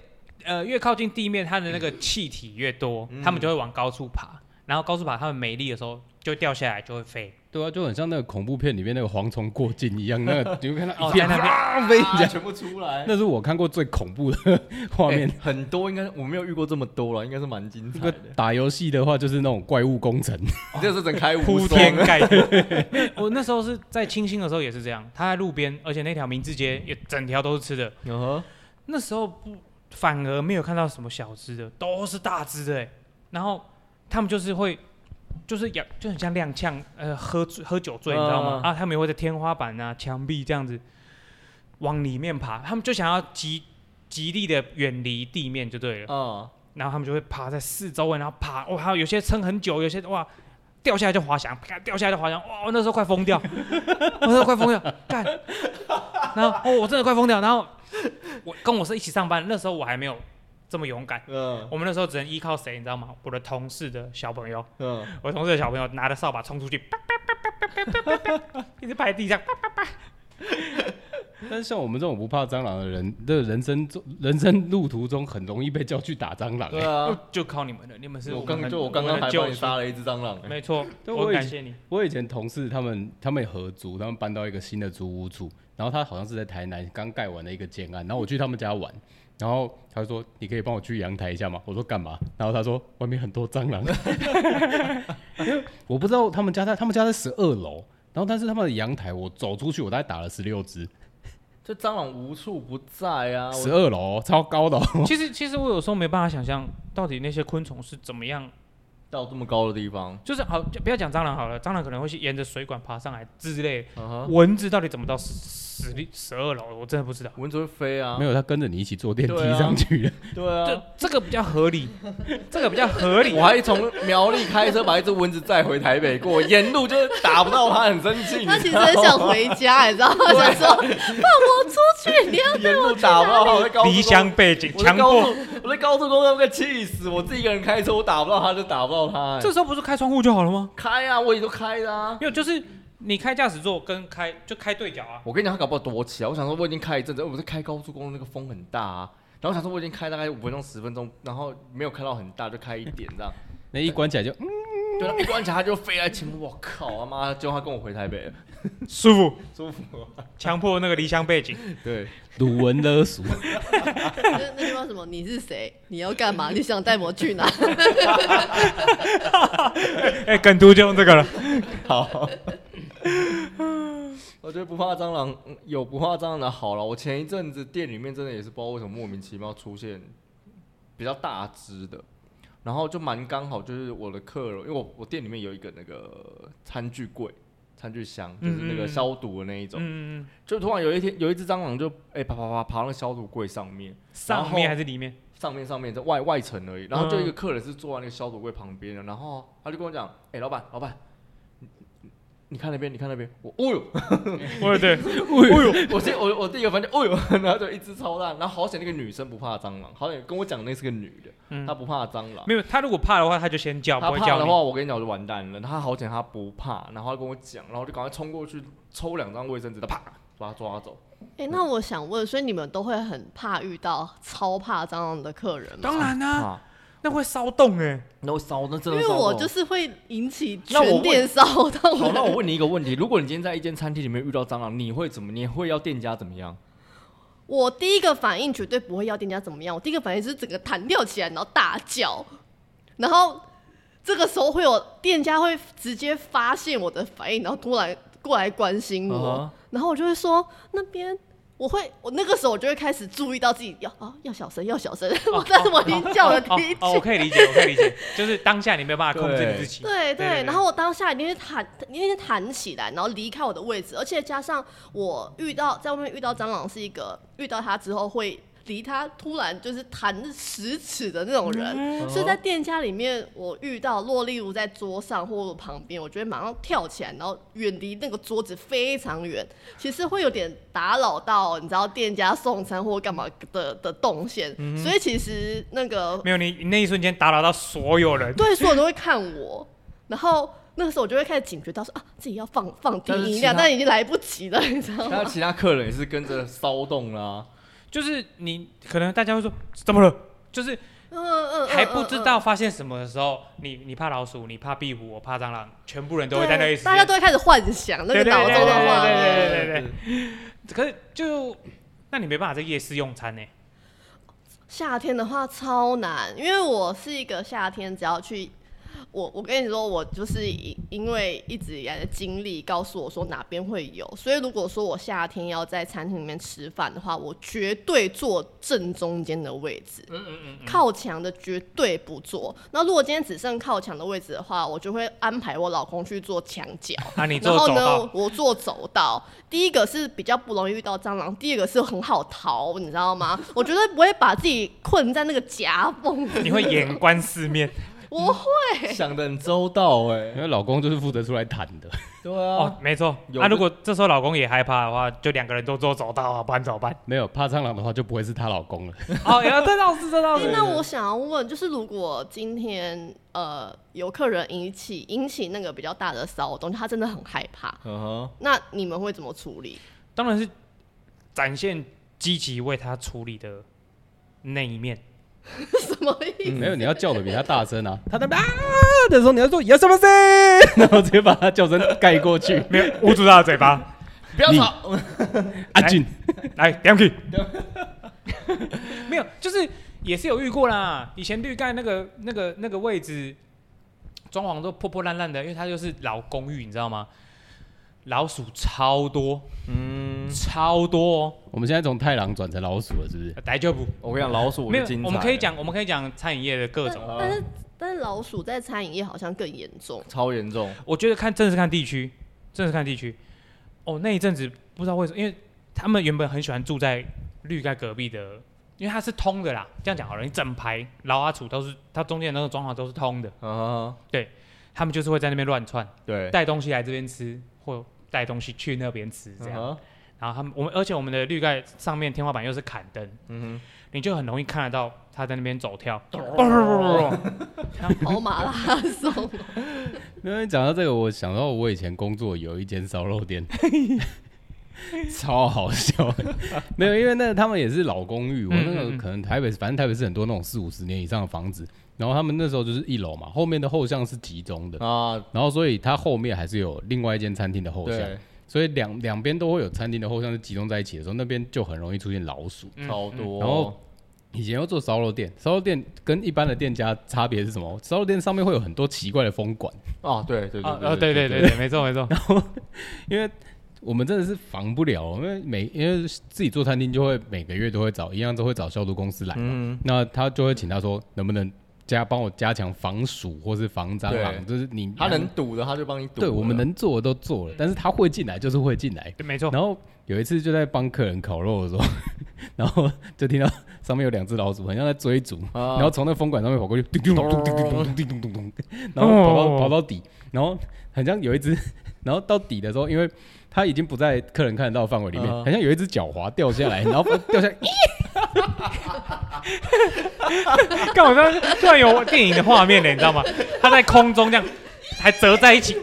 Speaker 3: 呃越靠近地面，它的那个气体越多，它们就会往高处爬，然后高处爬，它们没力的时候就掉下来，就会飞。
Speaker 1: [laughs] 对啊，就很像那个恐怖片里面那个蝗虫过境一样， [laughs] 那个你会看到
Speaker 3: 哦
Speaker 1: 一片
Speaker 3: 在那边
Speaker 1: 啊飞这样，
Speaker 2: 全部出来，
Speaker 1: [laughs] 那是我看过最恐怖的画面
Speaker 2: 欸。很多，应该我没有遇过这么多了，应该是蛮精
Speaker 1: 这
Speaker 2: 彩
Speaker 1: 个
Speaker 2: 的。
Speaker 1: 打游戏的话，就是那种怪物工程，
Speaker 2: [laughs]
Speaker 1: [laughs]
Speaker 2: 你这是整开无
Speaker 3: 铺
Speaker 2: 双
Speaker 3: 天
Speaker 2: 啊，
Speaker 3: 盖地。 [laughs] 我那时候是在清新的时候也是这样，他在路边，而且那条明治街也整条都是吃的。
Speaker 2: 嗯哼
Speaker 3: 那时候不反而没有看到什么小只的，都是大只的、欸。然后他们就是会，就是养，就很像踉跄，呃，喝醉喝酒醉，你知道吗？
Speaker 2: 嗯
Speaker 3: 啊，他们也会在天花板啊、墙壁这样子往里面爬，他们就想要极极力的远离地面就对了。
Speaker 2: 嗯，
Speaker 3: 然后他们就会爬在四周围，然后爬，哇，还有有些撑很久，有些哇掉下来就滑翔，啪掉下来就滑翔，哇，我那时候快疯掉，我那时候快疯掉，干，然后哦，我真的快疯掉，然后我跟我是一起上班，那时候我还没有这么勇敢，
Speaker 2: 嗯
Speaker 3: 我们那时候只能依靠谁，你知道吗？我的同事的小朋友，
Speaker 2: 嗯，
Speaker 3: 我同事的小朋友拿着扫把冲出去，啪啪啪啪啪啪啪啪啪，一直拍地上，啪
Speaker 1: 但是像我们这种不怕蟑螂的人的人生中人生路途中，很容易被叫去打蟑螂、
Speaker 2: 对
Speaker 1: 欸。
Speaker 2: 啊
Speaker 3: 就，就靠你们了，你们是
Speaker 2: 我
Speaker 3: 们
Speaker 2: 刚
Speaker 3: 的
Speaker 2: 就我刚
Speaker 3: 们
Speaker 2: 刚
Speaker 3: 的
Speaker 2: 还
Speaker 3: 救
Speaker 2: 帮你
Speaker 3: 赎
Speaker 2: 杀了一只蟑螂，欸
Speaker 3: 没错，
Speaker 1: 对我
Speaker 3: 我
Speaker 1: 以
Speaker 3: 感
Speaker 1: 前
Speaker 3: 谢你，
Speaker 1: 我以前同事他们他们也合租，他们搬到一个新的租屋住，然后他好像是在台南刚盖完的一个建案，然后我去他们家玩，然后他说你可以帮我去阳台一下吗？我说干嘛？然后他说外面很多蟑
Speaker 2: [laughs]
Speaker 1: 螂，因为我不知道他们家在他们家在十二楼，然后但是他们的阳台我走出去我大概打了十六只，
Speaker 2: 这蟑螂无处不在啊，
Speaker 1: 十
Speaker 2: 我
Speaker 1: 二楼哦超高的、哦，
Speaker 3: 其实，其实我有时候没办法想象，到底那些昆虫是怎么样，
Speaker 2: 到这么高的地方，
Speaker 3: 就是好，就不要讲蟑螂好了，蟑螂可能会是沿着水管爬上来之类，
Speaker 2: 嗯哼，
Speaker 3: 蚊子到底怎么到十十十二楼，我真的不知道。
Speaker 2: 蚊子会飞啊
Speaker 1: 没，有他跟着你一起坐电梯
Speaker 2: 对啊
Speaker 1: 上去的，
Speaker 2: 对啊
Speaker 3: 这。这个比较合理，这个比较合理
Speaker 2: 我。还从苗栗开车把一只蚊子载回台北过，沿路就是打不到它，很生
Speaker 4: [laughs]
Speaker 2: 气。
Speaker 4: 他
Speaker 2: 你
Speaker 4: 其
Speaker 2: 知
Speaker 4: 实
Speaker 2: 道吗
Speaker 4: 很想回家，你知道吗？想说放我出去，你要
Speaker 2: 沿路打不到它，我在高速公
Speaker 3: 离乡背景，
Speaker 2: 我在
Speaker 3: 强
Speaker 2: 高
Speaker 3: 迫。
Speaker 2: 速，我在高速公路快气死！我自己一个人开车，我打不到它就打不到它、欸
Speaker 3: 这时候不是开窗户就好了吗？
Speaker 2: 开啊，我也都开的啊。
Speaker 3: 没有，就是你开驾驶座跟开就开对角啊。
Speaker 2: 我跟你讲，他搞不好躲起来。我想说，我已经开一阵子，我在开高速公路，那个风很大啊。然后我想说，我已经开大概五分钟、十分钟，然后没有开到很大，就开一点这样。
Speaker 1: 那一关起来就嗯
Speaker 2: 对，啊然后一关起来它就飞来前面，我靠，他妈！就他跟我回台北了，
Speaker 3: 舒服，
Speaker 2: 舒服吗。
Speaker 3: 强迫那个离乡背景。
Speaker 2: 对，
Speaker 1: 鲁文勒俗，
Speaker 4: [laughs] 那那句话什么？你是谁？你要干嘛？你想带我去 [laughs] 哪？
Speaker 3: [laughs] 哎，梗图就用这个了。
Speaker 2: 好。我觉得不怕蟑螂，嗯有不怕蟑螂的好了。我前一阵子店里面真的也是不知道为什么莫名其妙出现比较大只的，然后就蛮刚好，就是我的客人，因为我我店里面有一个那个餐具柜、餐具箱，就是那
Speaker 3: 嗯嗯
Speaker 2: 个
Speaker 3: 嗯
Speaker 2: 消毒的那一种，
Speaker 3: [laughs] 嗯，
Speaker 2: 就突然有一天有一只蟑螂就哎、啪啪啪爬到那个消毒柜上面，
Speaker 3: 上面还是里面？
Speaker 2: 上面上面在外外层而已。然后就
Speaker 3: 嗯
Speaker 2: 一个客人是坐在那个消毒柜旁边的，然后他就跟我讲：“哎、老板，老板，你你你看那边，你看那边。”我，哦呦，
Speaker 3: 我对，
Speaker 2: 哦呦， [laughs] 我第我我第一个反应，哦呦， [laughs] 然后就一只超大，然后好险那个女生不怕蟑螂，好险跟我讲那是个女的，
Speaker 3: 嗯
Speaker 2: 她，不怕蟑螂。
Speaker 3: 没有。他如果怕的话，他就先叫，
Speaker 2: 她
Speaker 3: 不会
Speaker 2: 怕
Speaker 3: 叫
Speaker 2: 的
Speaker 3: 你
Speaker 2: 话，。我跟你讲，我就完蛋了。她好险，她不怕，然后她跟我讲，然后我就赶快冲过去抽两张卫生纸，她啪把她抓走。
Speaker 4: 哎、那我想问，所以你们都会很怕遇到超怕蟑螂的客人吗？
Speaker 3: 当然啦、
Speaker 2: 啊，
Speaker 3: 那会骚动哎、
Speaker 2: 那会烧，那真
Speaker 4: 因
Speaker 2: 的
Speaker 4: 为
Speaker 2: 烧
Speaker 4: 我
Speaker 2: 到
Speaker 4: 就是会引起
Speaker 2: 那我
Speaker 4: 全
Speaker 2: 问
Speaker 4: 店骚动。
Speaker 2: 好，那我问你一个问题：如果你今天在一间餐厅里面遇到蟑螂，你会怎么？你会要店家怎么样？
Speaker 4: [laughs] 我第一个反应绝对不会要店家怎么样，我第一个反应是整个弹跳起来，然后大叫，然后这个时候会有店家会直接发现我的反应，然后突然过来关心我
Speaker 2: 嗯哼
Speaker 4: 然后我就会说那边。我会，我那个时候我就会开始注意到自己要啊要小声要小声，我但是我已经叫了
Speaker 3: 哦
Speaker 4: 第一
Speaker 3: 哦，我
Speaker 4: 句，
Speaker 3: 可以理解，我可以理
Speaker 4: [laughs]
Speaker 3: 解，就是当下你没有办法控制你自己。对
Speaker 4: 对
Speaker 3: 对
Speaker 4: 对，然后我当下一定是弹，一定是弹起来，然后离开我的位置，而且加上我遇到在外面遇到蟑螂是一个遇到它之后会离它突然就是弹十尺的那种人，所以在店家里面我遇到落例如在桌上或者旁边，我就会马上跳起来，然后远离那个桌子非常远，其实会有点打扰到你知道店家送餐或干嘛的的动线，所以其实那个
Speaker 3: 没有你，你那一瞬间打扰到所有人。
Speaker 4: 对，所有人都会看我，然后那个时候我就会开始警觉到说啊，自己要放放低
Speaker 2: 但是
Speaker 4: 音
Speaker 2: 其
Speaker 4: 量，
Speaker 2: 他
Speaker 4: 但已经来不及了，你知道
Speaker 2: 那
Speaker 4: 吗？
Speaker 2: 其他客人也是跟着骚动啦、 [laughs]
Speaker 3: 就是你可能大家会说怎么了，就是
Speaker 4: 嗯嗯嗯，
Speaker 3: 还不知
Speaker 4: 嗯。
Speaker 3: 道发现什么的时候，你你怕老鼠，你怕壁虎，我怕蟑螂，全部人
Speaker 4: 嗯
Speaker 3: 都会在那里
Speaker 4: 对
Speaker 3: 死。
Speaker 4: 大家都会开始幻想那
Speaker 3: 对
Speaker 4: 个
Speaker 3: 对
Speaker 4: 脑中
Speaker 3: 对
Speaker 4: 的
Speaker 3: 对
Speaker 4: 画
Speaker 3: 对
Speaker 4: 面。
Speaker 3: 对对可是就那你没办法在夜市用餐欸呢、
Speaker 4: 夏天的话超难，因为我是一个夏天只要去我我跟你说，我就是因因为一直以来的经历告诉我说哪边会有，所以如果说我夏天要在餐厅里面吃饭的话，我绝对坐正中间的位置，
Speaker 2: 嗯嗯嗯，
Speaker 4: 靠墙的绝对不坐。那如果今天只剩靠墙的位置的话，我就会安排我老公去坐墙角。
Speaker 3: 啊，你
Speaker 4: 哦然
Speaker 3: 做
Speaker 4: 后
Speaker 3: 走道
Speaker 4: 呢，我做走道，第一个是比较不容易遇到蟑螂，第二个是很好逃，你知道吗？我绝对不会把自己困在那个夹缝里。
Speaker 3: 你会眼观四面
Speaker 4: 我
Speaker 2: 想的很周到哎
Speaker 1: 因，为老公就是负责出来谈的，
Speaker 2: 对
Speaker 3: 哦，，没错。
Speaker 2: 有
Speaker 3: 那、啊、
Speaker 2: 的
Speaker 3: 如果这时候老公也害怕的话，就两个人都做走道啊，不然怎么办？
Speaker 1: 没有怕蟑螂的话就不会是她老公了。
Speaker 3: 哦，有这倒是这倒
Speaker 4: 欸
Speaker 3: 是。
Speaker 4: 那我想要问，就是如果今天呃有客人引起引起那个比较大的骚动，他真的很害怕，
Speaker 2: 嗯哼，
Speaker 4: 那你们会怎么处理？ [laughs]
Speaker 3: 当然是展现积极为他处理的那一面。
Speaker 4: 什么意
Speaker 3: 嗯
Speaker 4: 思？
Speaker 1: 没有，你要叫的比她大声啊， [laughs] 她在那边啊的时候你要说有什么事，然后直接把她叫声盖过
Speaker 3: [laughs]
Speaker 1: 去。
Speaker 3: 没有捂住他的嘴巴，
Speaker 2: 不要
Speaker 1: 你
Speaker 2: 吵，
Speaker 1: 阿俊，
Speaker 3: 哎来 d a m k [laughs] 没有，就是也是有遇过啦。以前绿盖那个那个那个位置，装潢都破破烂烂的，因为它就是老公寓，你知道吗？老鼠超多，
Speaker 2: 嗯，
Speaker 3: 超多哦，
Speaker 1: 我们现在从太郎转成老鼠了，是不
Speaker 3: [laughs]
Speaker 1: 是？
Speaker 3: 逮就不。
Speaker 2: 我跟你讲，老鼠
Speaker 3: 没
Speaker 2: 就
Speaker 3: 有
Speaker 2: 精，彩，
Speaker 3: 我们可以讲，我们可以讲餐饮业的各
Speaker 4: 但
Speaker 3: 种。啊
Speaker 4: 但是但是老鼠在餐饮业好像更严
Speaker 3: [laughs]
Speaker 4: 重。
Speaker 2: 超严重，
Speaker 3: 我觉得看真的是看地区，真的是看地区。哦，那一阵子不知道为什么，因为他们原本很喜欢住在绿盖隔壁的，因为它是通的啦。这样讲好了，你整排老阿楚都是，它中间的那个装潢都是通的，
Speaker 2: 嗯哼，
Speaker 3: 他们就是会在那边乱窜， [laughs]
Speaker 2: 对，
Speaker 3: 带东西来这边吃，或带东西去那边吃这样。
Speaker 2: 嗯哼
Speaker 3: 然后他们我们，而且我们的绿盖上面天花板又是砍灯，
Speaker 2: 嗯
Speaker 3: 你就很容易看得到他在那边走跳。哦
Speaker 4: 跑哦马拉松， [laughs]
Speaker 1: 因为讲到这个，我想到我以前工作有一间烧肉
Speaker 3: [laughs]
Speaker 1: 店，超好笑。没有，因为那他们也是老公寓，我那
Speaker 3: 嗯嗯
Speaker 1: 个
Speaker 3: 嗯
Speaker 1: 可能台北，反正台北是很多那种四五十年以上的房子，然后他们那时候就是一楼嘛，后面的后巷是集中的
Speaker 3: 嗯
Speaker 2: 哼，，啊，
Speaker 1: 然后所以它后面还是有另外一间餐厅的后巷，
Speaker 2: 对，
Speaker 1: 所以两两边都会有餐厅的后巷是集中在一起的时候，那边就很容易出现老鼠。
Speaker 2: 超多，哦
Speaker 1: 然后以前要做烧肉店，烧肉店跟一般的店家差别是什么？烧肉店上面会有很多奇怪的风管。
Speaker 2: 啊，对对
Speaker 3: 啊
Speaker 2: 对
Speaker 3: 啊，对对对对，没错没错。
Speaker 1: 因为我们真的是防不了，因为每因为自己做餐厅就会每个月都会找一样都会找消毒公司来嘛，
Speaker 2: 嗯
Speaker 1: 那他就会请他说能不能加帮我加强防鼠或是防蟑螂，就
Speaker 2: 对
Speaker 1: 是你
Speaker 2: 他能堵的，他就帮你堵。嗯
Speaker 1: 对我们，能做的都做了，但是他会进来就是会进来。
Speaker 3: 对，没错。
Speaker 1: 然后有一次就在帮客人烤肉的时候， [laughs] 然后就听到上面有两只老鼠，很像在追逐，
Speaker 2: 啊
Speaker 1: 然后从那风管上面跑过去，叮咚咚叮咚咚叮咚咚咚，然后跑
Speaker 3: 哦
Speaker 1: 到跑到底，然后很像有一只，然后到底的时候，因为它已经不在客人看得到的范围里面，
Speaker 2: 嗯
Speaker 1: 很像有一只狡猾掉下来，然后 [laughs] 掉下来，
Speaker 3: [laughs] 干我刚突然有电影的画面了，你知道吗？它在空中这样，还折在一起。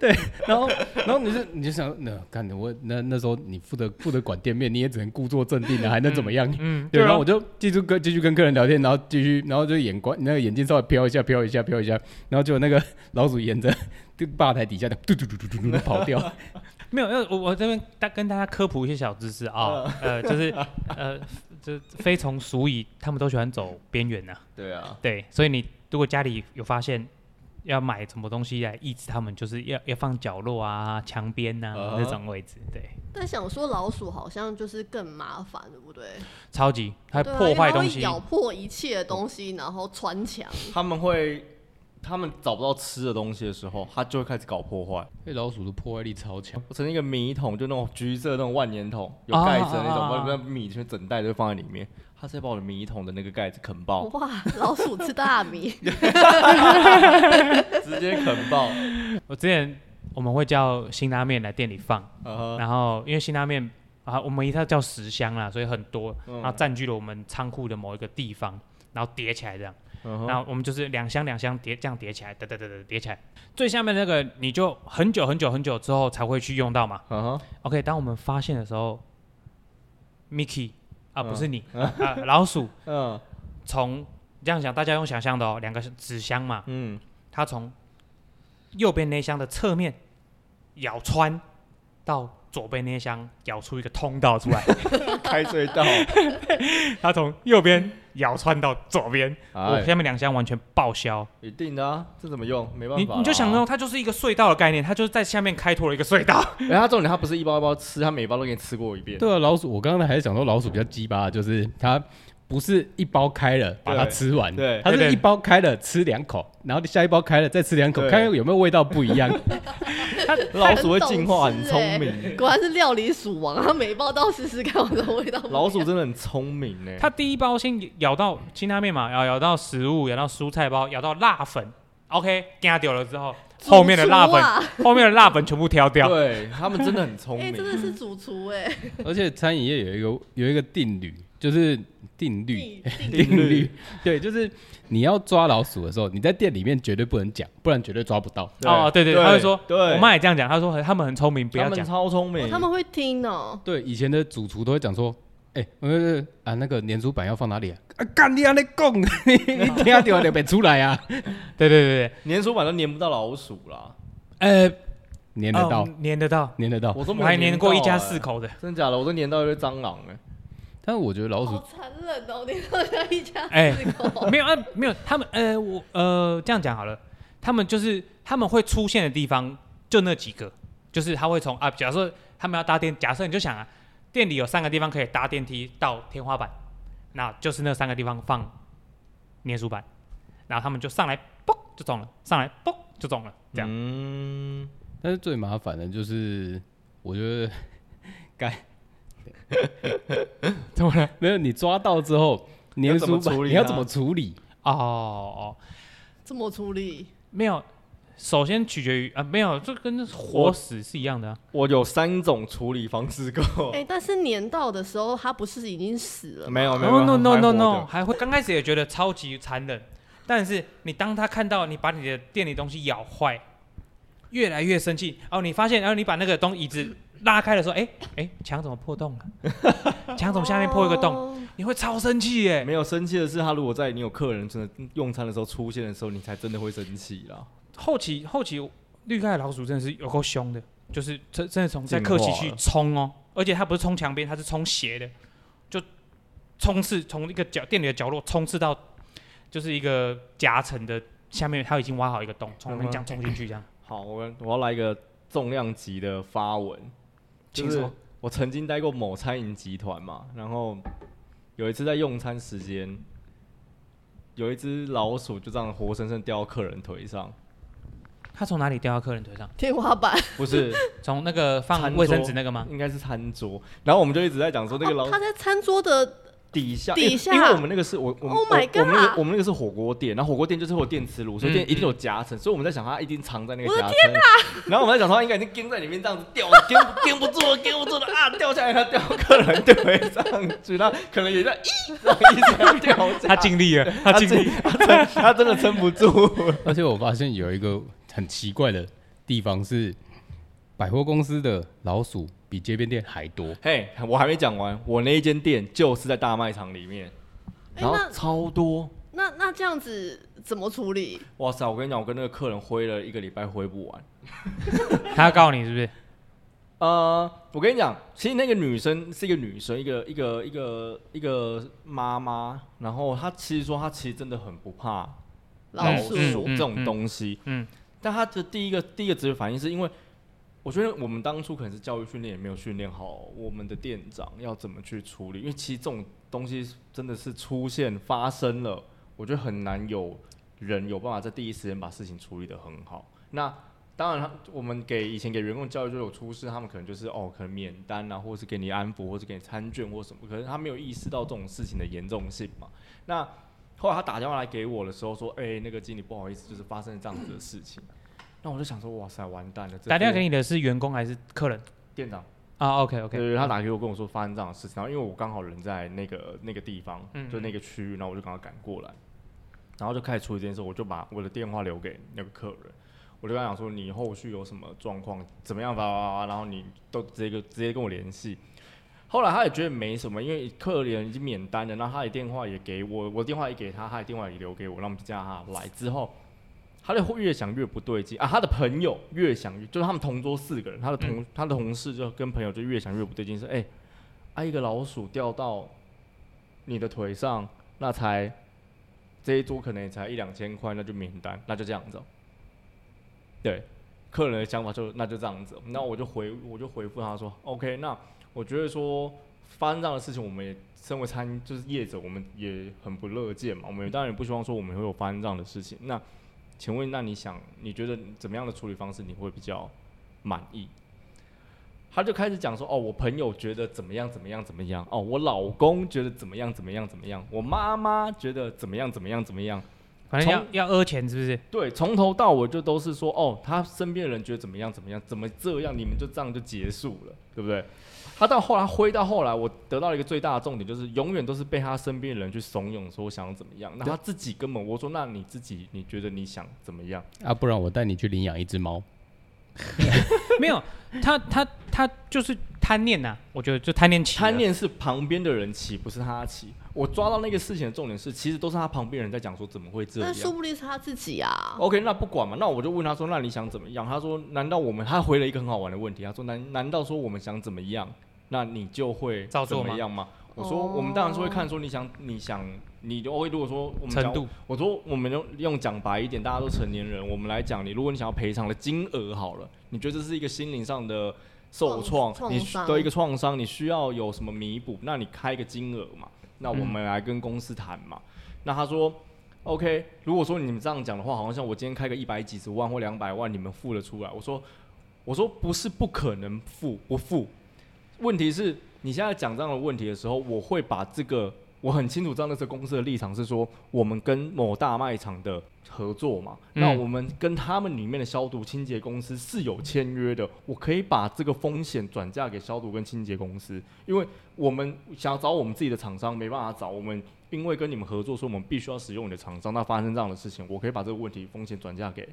Speaker 1: 对，然后然后你就你就想，那干我那那时候你负责负责管店面，你也只能故作镇定啊了，还能怎么样？
Speaker 3: 嗯，
Speaker 1: 对，
Speaker 3: 对
Speaker 1: 然
Speaker 3: 啊
Speaker 1: 后我，就继续跟继续跟客人聊天，然后继续，然后就眼光那个眼睛稍微飘一下，飘一下，飘一下，然后就那个 [laughs] 老鼠沿着这个吧台底下的嘟嘟嘟嘟嘟嘟跑 [laughs] 掉，
Speaker 3: 没有，呃我我这边大跟大家科普一些小知识啊，呃，就是呃，这非从鼠蚁，他们都喜欢走边缘呐。
Speaker 2: 对啊，
Speaker 3: 对，所以你如果家里有发现要买什么东西来抑制它们，就是要要放角落啊、墙边呐
Speaker 2: 啊哈
Speaker 3: 那种位置，对，
Speaker 4: 但想说老鼠好像就是更麻烦，对不对？
Speaker 3: 超级它
Speaker 4: 对
Speaker 3: 会
Speaker 4: 啊
Speaker 3: 破
Speaker 4: 因为
Speaker 3: 坏
Speaker 4: 它会
Speaker 3: 东西，
Speaker 4: 咬破一切的东西，然后穿墙。
Speaker 2: 他们会，他们找不到吃的东西的时候，他就会开始搞破坏。
Speaker 1: 那老鼠的破坏力超强，
Speaker 2: 我曾经一个米桶，就那种橘色的那种万年桶，有
Speaker 3: 啊
Speaker 2: 盖子的那种，
Speaker 3: 啊啊啊
Speaker 2: 不然米全整袋都会放在里面。他直接把我的米桶的那个盖子啃
Speaker 3: 哦
Speaker 2: 爆，
Speaker 4: 哇，老鼠吃大米， [laughs]
Speaker 2: 直接啃爆。
Speaker 3: 我之前我们会叫辛拉面来店里放，
Speaker 2: 啊哈，
Speaker 3: 然后因为辛拉面啊，我们一套叫十箱啦，所以很多，
Speaker 2: 嗯
Speaker 3: 然后占据了我们仓库的某一个地方，然后叠起来这样，
Speaker 2: 嗯哼
Speaker 3: 然后我们就是两箱两箱叠这样叠起来，得得得得叠起来，最下面那个你就很久很久很久之后才会去用到嘛。
Speaker 2: 啊哈，
Speaker 3: OK，当我们发现的时候，Mickey 啊，不
Speaker 2: 嗯
Speaker 3: 是你、啊，老鼠
Speaker 2: 嗯
Speaker 3: 从这样想，大家用想象的哦，两个纸箱嘛，
Speaker 2: 嗯，
Speaker 3: 它从右边那箱的侧面咬穿到左边那些箱咬出一个通道出来，
Speaker 2: 开隧道，
Speaker 3: 它从右边咬穿到左边，我
Speaker 2: 哎，
Speaker 3: 下面两箱完全报销。
Speaker 2: 一定的啊，这怎么用？没办
Speaker 3: 你
Speaker 2: 法啊，
Speaker 3: 你就想到它就是一个隧道的概念，它就是在下面开拓了一个
Speaker 2: [laughs]
Speaker 3: 隧道。
Speaker 2: 哎，他重点他不是一包一包吃，他每包都给你吃过一遍。
Speaker 1: 对啊，老鼠，我刚刚还是讲说老鼠比较鸡巴，就是它不是一包开了把它吃完，
Speaker 2: 对
Speaker 1: 它
Speaker 3: 对
Speaker 1: 是
Speaker 3: 对
Speaker 1: 一包开了吃两口，然后下一包开了再吃两口，
Speaker 2: 对
Speaker 1: 看有没有味道不一
Speaker 2: [laughs]
Speaker 1: 样。
Speaker 2: 老鼠会进化，很
Speaker 4: 很懂事
Speaker 2: 聪
Speaker 4: 欸
Speaker 2: 明。
Speaker 4: 果然是料理鼠王，他每一包都要试试看我的味道。
Speaker 2: 老鼠真的很聪明呢。
Speaker 3: 它第一包先咬到辛拉面嘛，然后咬到食物，咬到蔬菜包，咬到辣粉。OK，干掉了之后，[laughs]
Speaker 4: 主
Speaker 3: 后面的辣
Speaker 4: 厨啊
Speaker 3: 粉，后面的辣粉全部挑掉。
Speaker 2: 对他们真的很聪
Speaker 4: 哎、真
Speaker 2: 明。
Speaker 4: 的是主厨哎、
Speaker 1: 而且餐饮业有一个有一个定律，就是定律。
Speaker 3: [laughs]
Speaker 4: 地地
Speaker 1: 定
Speaker 2: 定
Speaker 1: 律
Speaker 2: 律，
Speaker 1: 对，就是你要抓老鼠的时候，你在店里面绝对不能讲，不然绝对抓不到。
Speaker 2: 对
Speaker 3: 哦，对对，
Speaker 2: 对
Speaker 3: 他会说，
Speaker 2: 对
Speaker 3: 我妈也这样讲，她说很他们很聪明，不
Speaker 2: 他
Speaker 3: 要
Speaker 2: 们
Speaker 3: 讲。
Speaker 2: 超聪明
Speaker 4: 哦，他们会听哦、
Speaker 1: 对，以前的主厨都会讲说，哎、呃啊，那个粘鼠板要放哪里啊？啊，干你啊，那供， [laughs] 你听到就别出来啊。
Speaker 3: 对对对对，
Speaker 2: 粘鼠板都粘不到老鼠啦。
Speaker 1: 呃，粘得
Speaker 3: 哦
Speaker 1: 到，
Speaker 3: 粘得到。
Speaker 1: 粘得到。
Speaker 2: 我都没
Speaker 3: 我
Speaker 2: 有
Speaker 3: 还粘过一家
Speaker 2: 到欸
Speaker 3: 四，口的， [laughs]
Speaker 2: 真假的？我都粘到一堆蟑螂哎。
Speaker 1: 但是我觉得老鼠
Speaker 4: 好残忍哦、你说像一家
Speaker 3: 哎
Speaker 4: 四口，
Speaker 3: 没有啊，没有，他们呃，我呃这样讲好了，他们就是他们会出现的地方就那几个，就是他会从啊，假设他们要搭电，假设你就想啊，店里有三个地方可以搭电梯到天花板，那就是那三个地方放粘鼠板，然后他们就上来嘣就中了，上来嘣就中了，这样、
Speaker 2: 嗯，
Speaker 1: 但是最麻烦的就是，我觉得 [laughs] 该怎么了？没有，你抓到之后，
Speaker 2: 要
Speaker 1: 粘
Speaker 2: 怎么
Speaker 1: 鼠板
Speaker 2: 处理啊
Speaker 1: 你要
Speaker 2: 它
Speaker 1: 怎么处理？
Speaker 3: 哦哦，
Speaker 4: 这么处理？
Speaker 3: 没有，首先取决于啊、没有，这跟活
Speaker 2: 我
Speaker 3: 死是一样的、啊，
Speaker 2: 我有三种处理方式够。
Speaker 3: 哦
Speaker 4: 哎、但是年到的时候，他不是已经死了吗？
Speaker 2: 没有没有
Speaker 3: No
Speaker 2: 还活
Speaker 3: no no no
Speaker 2: 着
Speaker 3: no，还会刚开始也觉得超级残忍，但是你当他看到你把你的店里东西咬坏，越来越生气，哦，你发现，然后你把那个东椅子 [coughs] 拉开的时候，哎哎，墙怎么破洞了？ [laughs] 墙怎么下面破一个洞？
Speaker 4: 哦
Speaker 3: 你会超生气耶！
Speaker 2: 没有生气的是，他如果在你有客人真的用餐的时候出现的时候，你才真的会生气啦。
Speaker 3: 后期后期绿盖老鼠真的是有够凶的，就是真真的从在
Speaker 2: 进
Speaker 3: 客
Speaker 2: 化
Speaker 3: 气去
Speaker 2: 了
Speaker 3: 冲哦，而且它不是冲墙边，它是冲斜的，就冲刺从一个角店里的角落冲刺到就是一个夹层的下面，它已经挖好一个洞，从那边这样冲进去这样。
Speaker 2: 好，我我要来一个重量级的发文，
Speaker 3: 请
Speaker 2: 就是
Speaker 3: 说
Speaker 2: 我曾经待过某餐饮集团嘛，然后有一次在用餐时间，有一只老鼠就这样活生生掉到客人腿上，
Speaker 3: 它从哪里掉到客人腿上？
Speaker 4: 天花板，
Speaker 2: 不
Speaker 3: [laughs]
Speaker 2: 是，
Speaker 3: 从那个
Speaker 2: 餐
Speaker 3: 放
Speaker 2: 桌
Speaker 3: 卫生纸那个 [laughs] 吗？
Speaker 2: 应该是餐桌。然后我们就一直在讲说那个老
Speaker 4: 哦、他在餐桌的
Speaker 2: 底下
Speaker 4: 底
Speaker 2: 因为
Speaker 4: 下
Speaker 2: 因为我们那个是我我们
Speaker 4: Oh my
Speaker 2: 我我们那个
Speaker 4: God
Speaker 2: 我们那个是火锅店，然后火锅店就是会有电磁炉，所以
Speaker 3: 嗯
Speaker 2: 店一定有夹层，所以我们在想它一定藏在那个夹层。然后我们在想它应该已经钉在里面这样子掉，钉钉不住了，钉不住了啊，掉下来它掉客人就会上去，那可能也在咦，然后一直要掉下
Speaker 3: 它
Speaker 2: 来。
Speaker 3: 尽力了，它尽力。
Speaker 2: [laughs] 他真他真的撑不住，
Speaker 1: 而且我发现有一个很奇怪的地方是，百货公司的老鼠比街边店还多。
Speaker 2: 嘿我还没讲完，我那一间店就是在大卖场里面，
Speaker 4: 哎
Speaker 2: 然后
Speaker 4: 那
Speaker 2: 超多，
Speaker 4: 那那这样子怎么处理？
Speaker 2: 哇塞！我跟你讲，我跟那个客人挥了一个礼拜挥不完，
Speaker 3: 它要告你是不是？
Speaker 2: 呃，我跟你讲，其实那个女生是一个女生，一个一个一个一个妈妈，然后她其实说她其实真的很不怕
Speaker 4: 老鼠，
Speaker 3: 嗯
Speaker 2: 鼠这种东西，
Speaker 3: 嗯，
Speaker 2: 但她的第一个第一个直觉反应是因为，我觉得我们当初可能是教育训练也没有训练好我们的店长要怎么去处理，因为其实这种东西真的是出现发生了，我觉得很难有人有办法在第一时间把事情处理得很好。那当然他，我们给以前给员工教育就有出事，他们可能就是哦，可能免单啊，或是给你安抚，或是给你餐券或什么，可能他没有意识到这种事情的严重性嘛。那后来他打电话来给我的时候说，哎、那个经理不好意思，就是发生了这样子的事情。那我就想说，哇塞，完蛋了！
Speaker 3: 打电话给
Speaker 2: 你
Speaker 3: 你的是员工还是客人？
Speaker 2: 店长，
Speaker 3: 啊，OK
Speaker 2: 对
Speaker 3: OK，
Speaker 2: 对，对他打给我跟我说发生这样的事情，然后因为我刚好人在那个那个地方，
Speaker 3: 嗯
Speaker 2: 就那个区域，然后我就赶快赶过来，然后就开始处理这件事，我就把我的电话留给那个客人，我就跟他讲说你后续有什么状况怎么样吧吧吧，然后你都直接跟直接跟我联系。后来他也觉得没什么，因为客人已经免单了，然后他的电话也给我，我电话也给他，他的电话也留给我，让我们加他来之后，他就越想越不对劲啊！他的朋友越想越，就是他们同桌四个人，他的
Speaker 3: 嗯
Speaker 2: 同、他的同事就跟朋友就越想越不对劲，说：“哎、啊一个老鼠掉到你的腿上，那才这一桌可能也才一两千块，那就免单，那就这样子哦、对，客人的想法就那就这样子哦、那我就回我就回复他说：“OK，那我觉得说发生这样的事情，我们也身为餐就是业者，我们也很不乐见嘛。我们当然也不希望说我们会有发生这样的事情。那请问，那你想你觉得怎么样的处理方式你会比较满意？他就开始讲说，哦，我朋友觉得怎么样怎么样怎么样，哦，我老公觉得怎么样怎么样怎么样，我妈妈觉得怎么样怎么样怎么样。
Speaker 3: 反正要要讹钱是不是？
Speaker 2: 对，从头到尾就都是说，哦，他身边的人觉得怎么样怎么样，怎么这样，你们就这样就结束了，对不对？他到后来挥到后来，我得到了一个最大的重点，就是永远都是被他身边的人去怂恿，说我想要怎么样，那他自己根本我说，那你自己你觉得你想怎么样？
Speaker 1: 啊，不然我带你去领养一只猫。
Speaker 3: [laughs] 没有，他他他就是贪念呐、我觉得就贪念起了，
Speaker 2: 贪念是旁边的人起，不是他起。我抓到那个事情的重点是，其实都是他旁边人在讲说怎么会这
Speaker 4: 但
Speaker 2: 样。哦
Speaker 4: 说不定是他自己啊。
Speaker 2: OK，那不管嘛，那我就问他说，那你想怎么样？他说，难道我们？他回了一个很好玩的问题，他说，难难道说我们想怎么样，那你就会
Speaker 3: 照
Speaker 2: 怎
Speaker 3: 做吗
Speaker 2: 么样吗？我说，
Speaker 4: 哦
Speaker 2: 我们当然是会看说你想你想你就 OK。如果说我们
Speaker 3: 程
Speaker 2: 讲
Speaker 3: 度，
Speaker 2: 我说我们用用讲白一点，大家都成年人，我们来讲你，如果你想要赔偿的金额好了，你觉得这是一个心灵上的受
Speaker 4: 创
Speaker 2: 创，你
Speaker 4: 创伤
Speaker 2: 的一个创伤，你需要有什么弥补？那你开一个金额嘛，那我
Speaker 3: 嗯
Speaker 2: 们来跟公司谈嘛。那他说。OK，如果说你们这样讲的话，好像我今天开个一百几十万或两百万，你们付得出来？我说，我说不是不可能付，不付。问题是你现在讲这样的问题的时候，我会把这个我很清楚知道那是公司的立场是说，我们跟某大卖场的合作嘛，
Speaker 3: 嗯
Speaker 2: 那我们跟他们里面的消毒清洁公司是有签约的，我可以把这个风险转嫁给消毒跟清洁公司，因为我们想要找我们自己的厂商没办法找，我们因为跟你们合作，所以我们必须要使用你的厂商，那发生这样的事情，我可以把这个问题风险转嫁给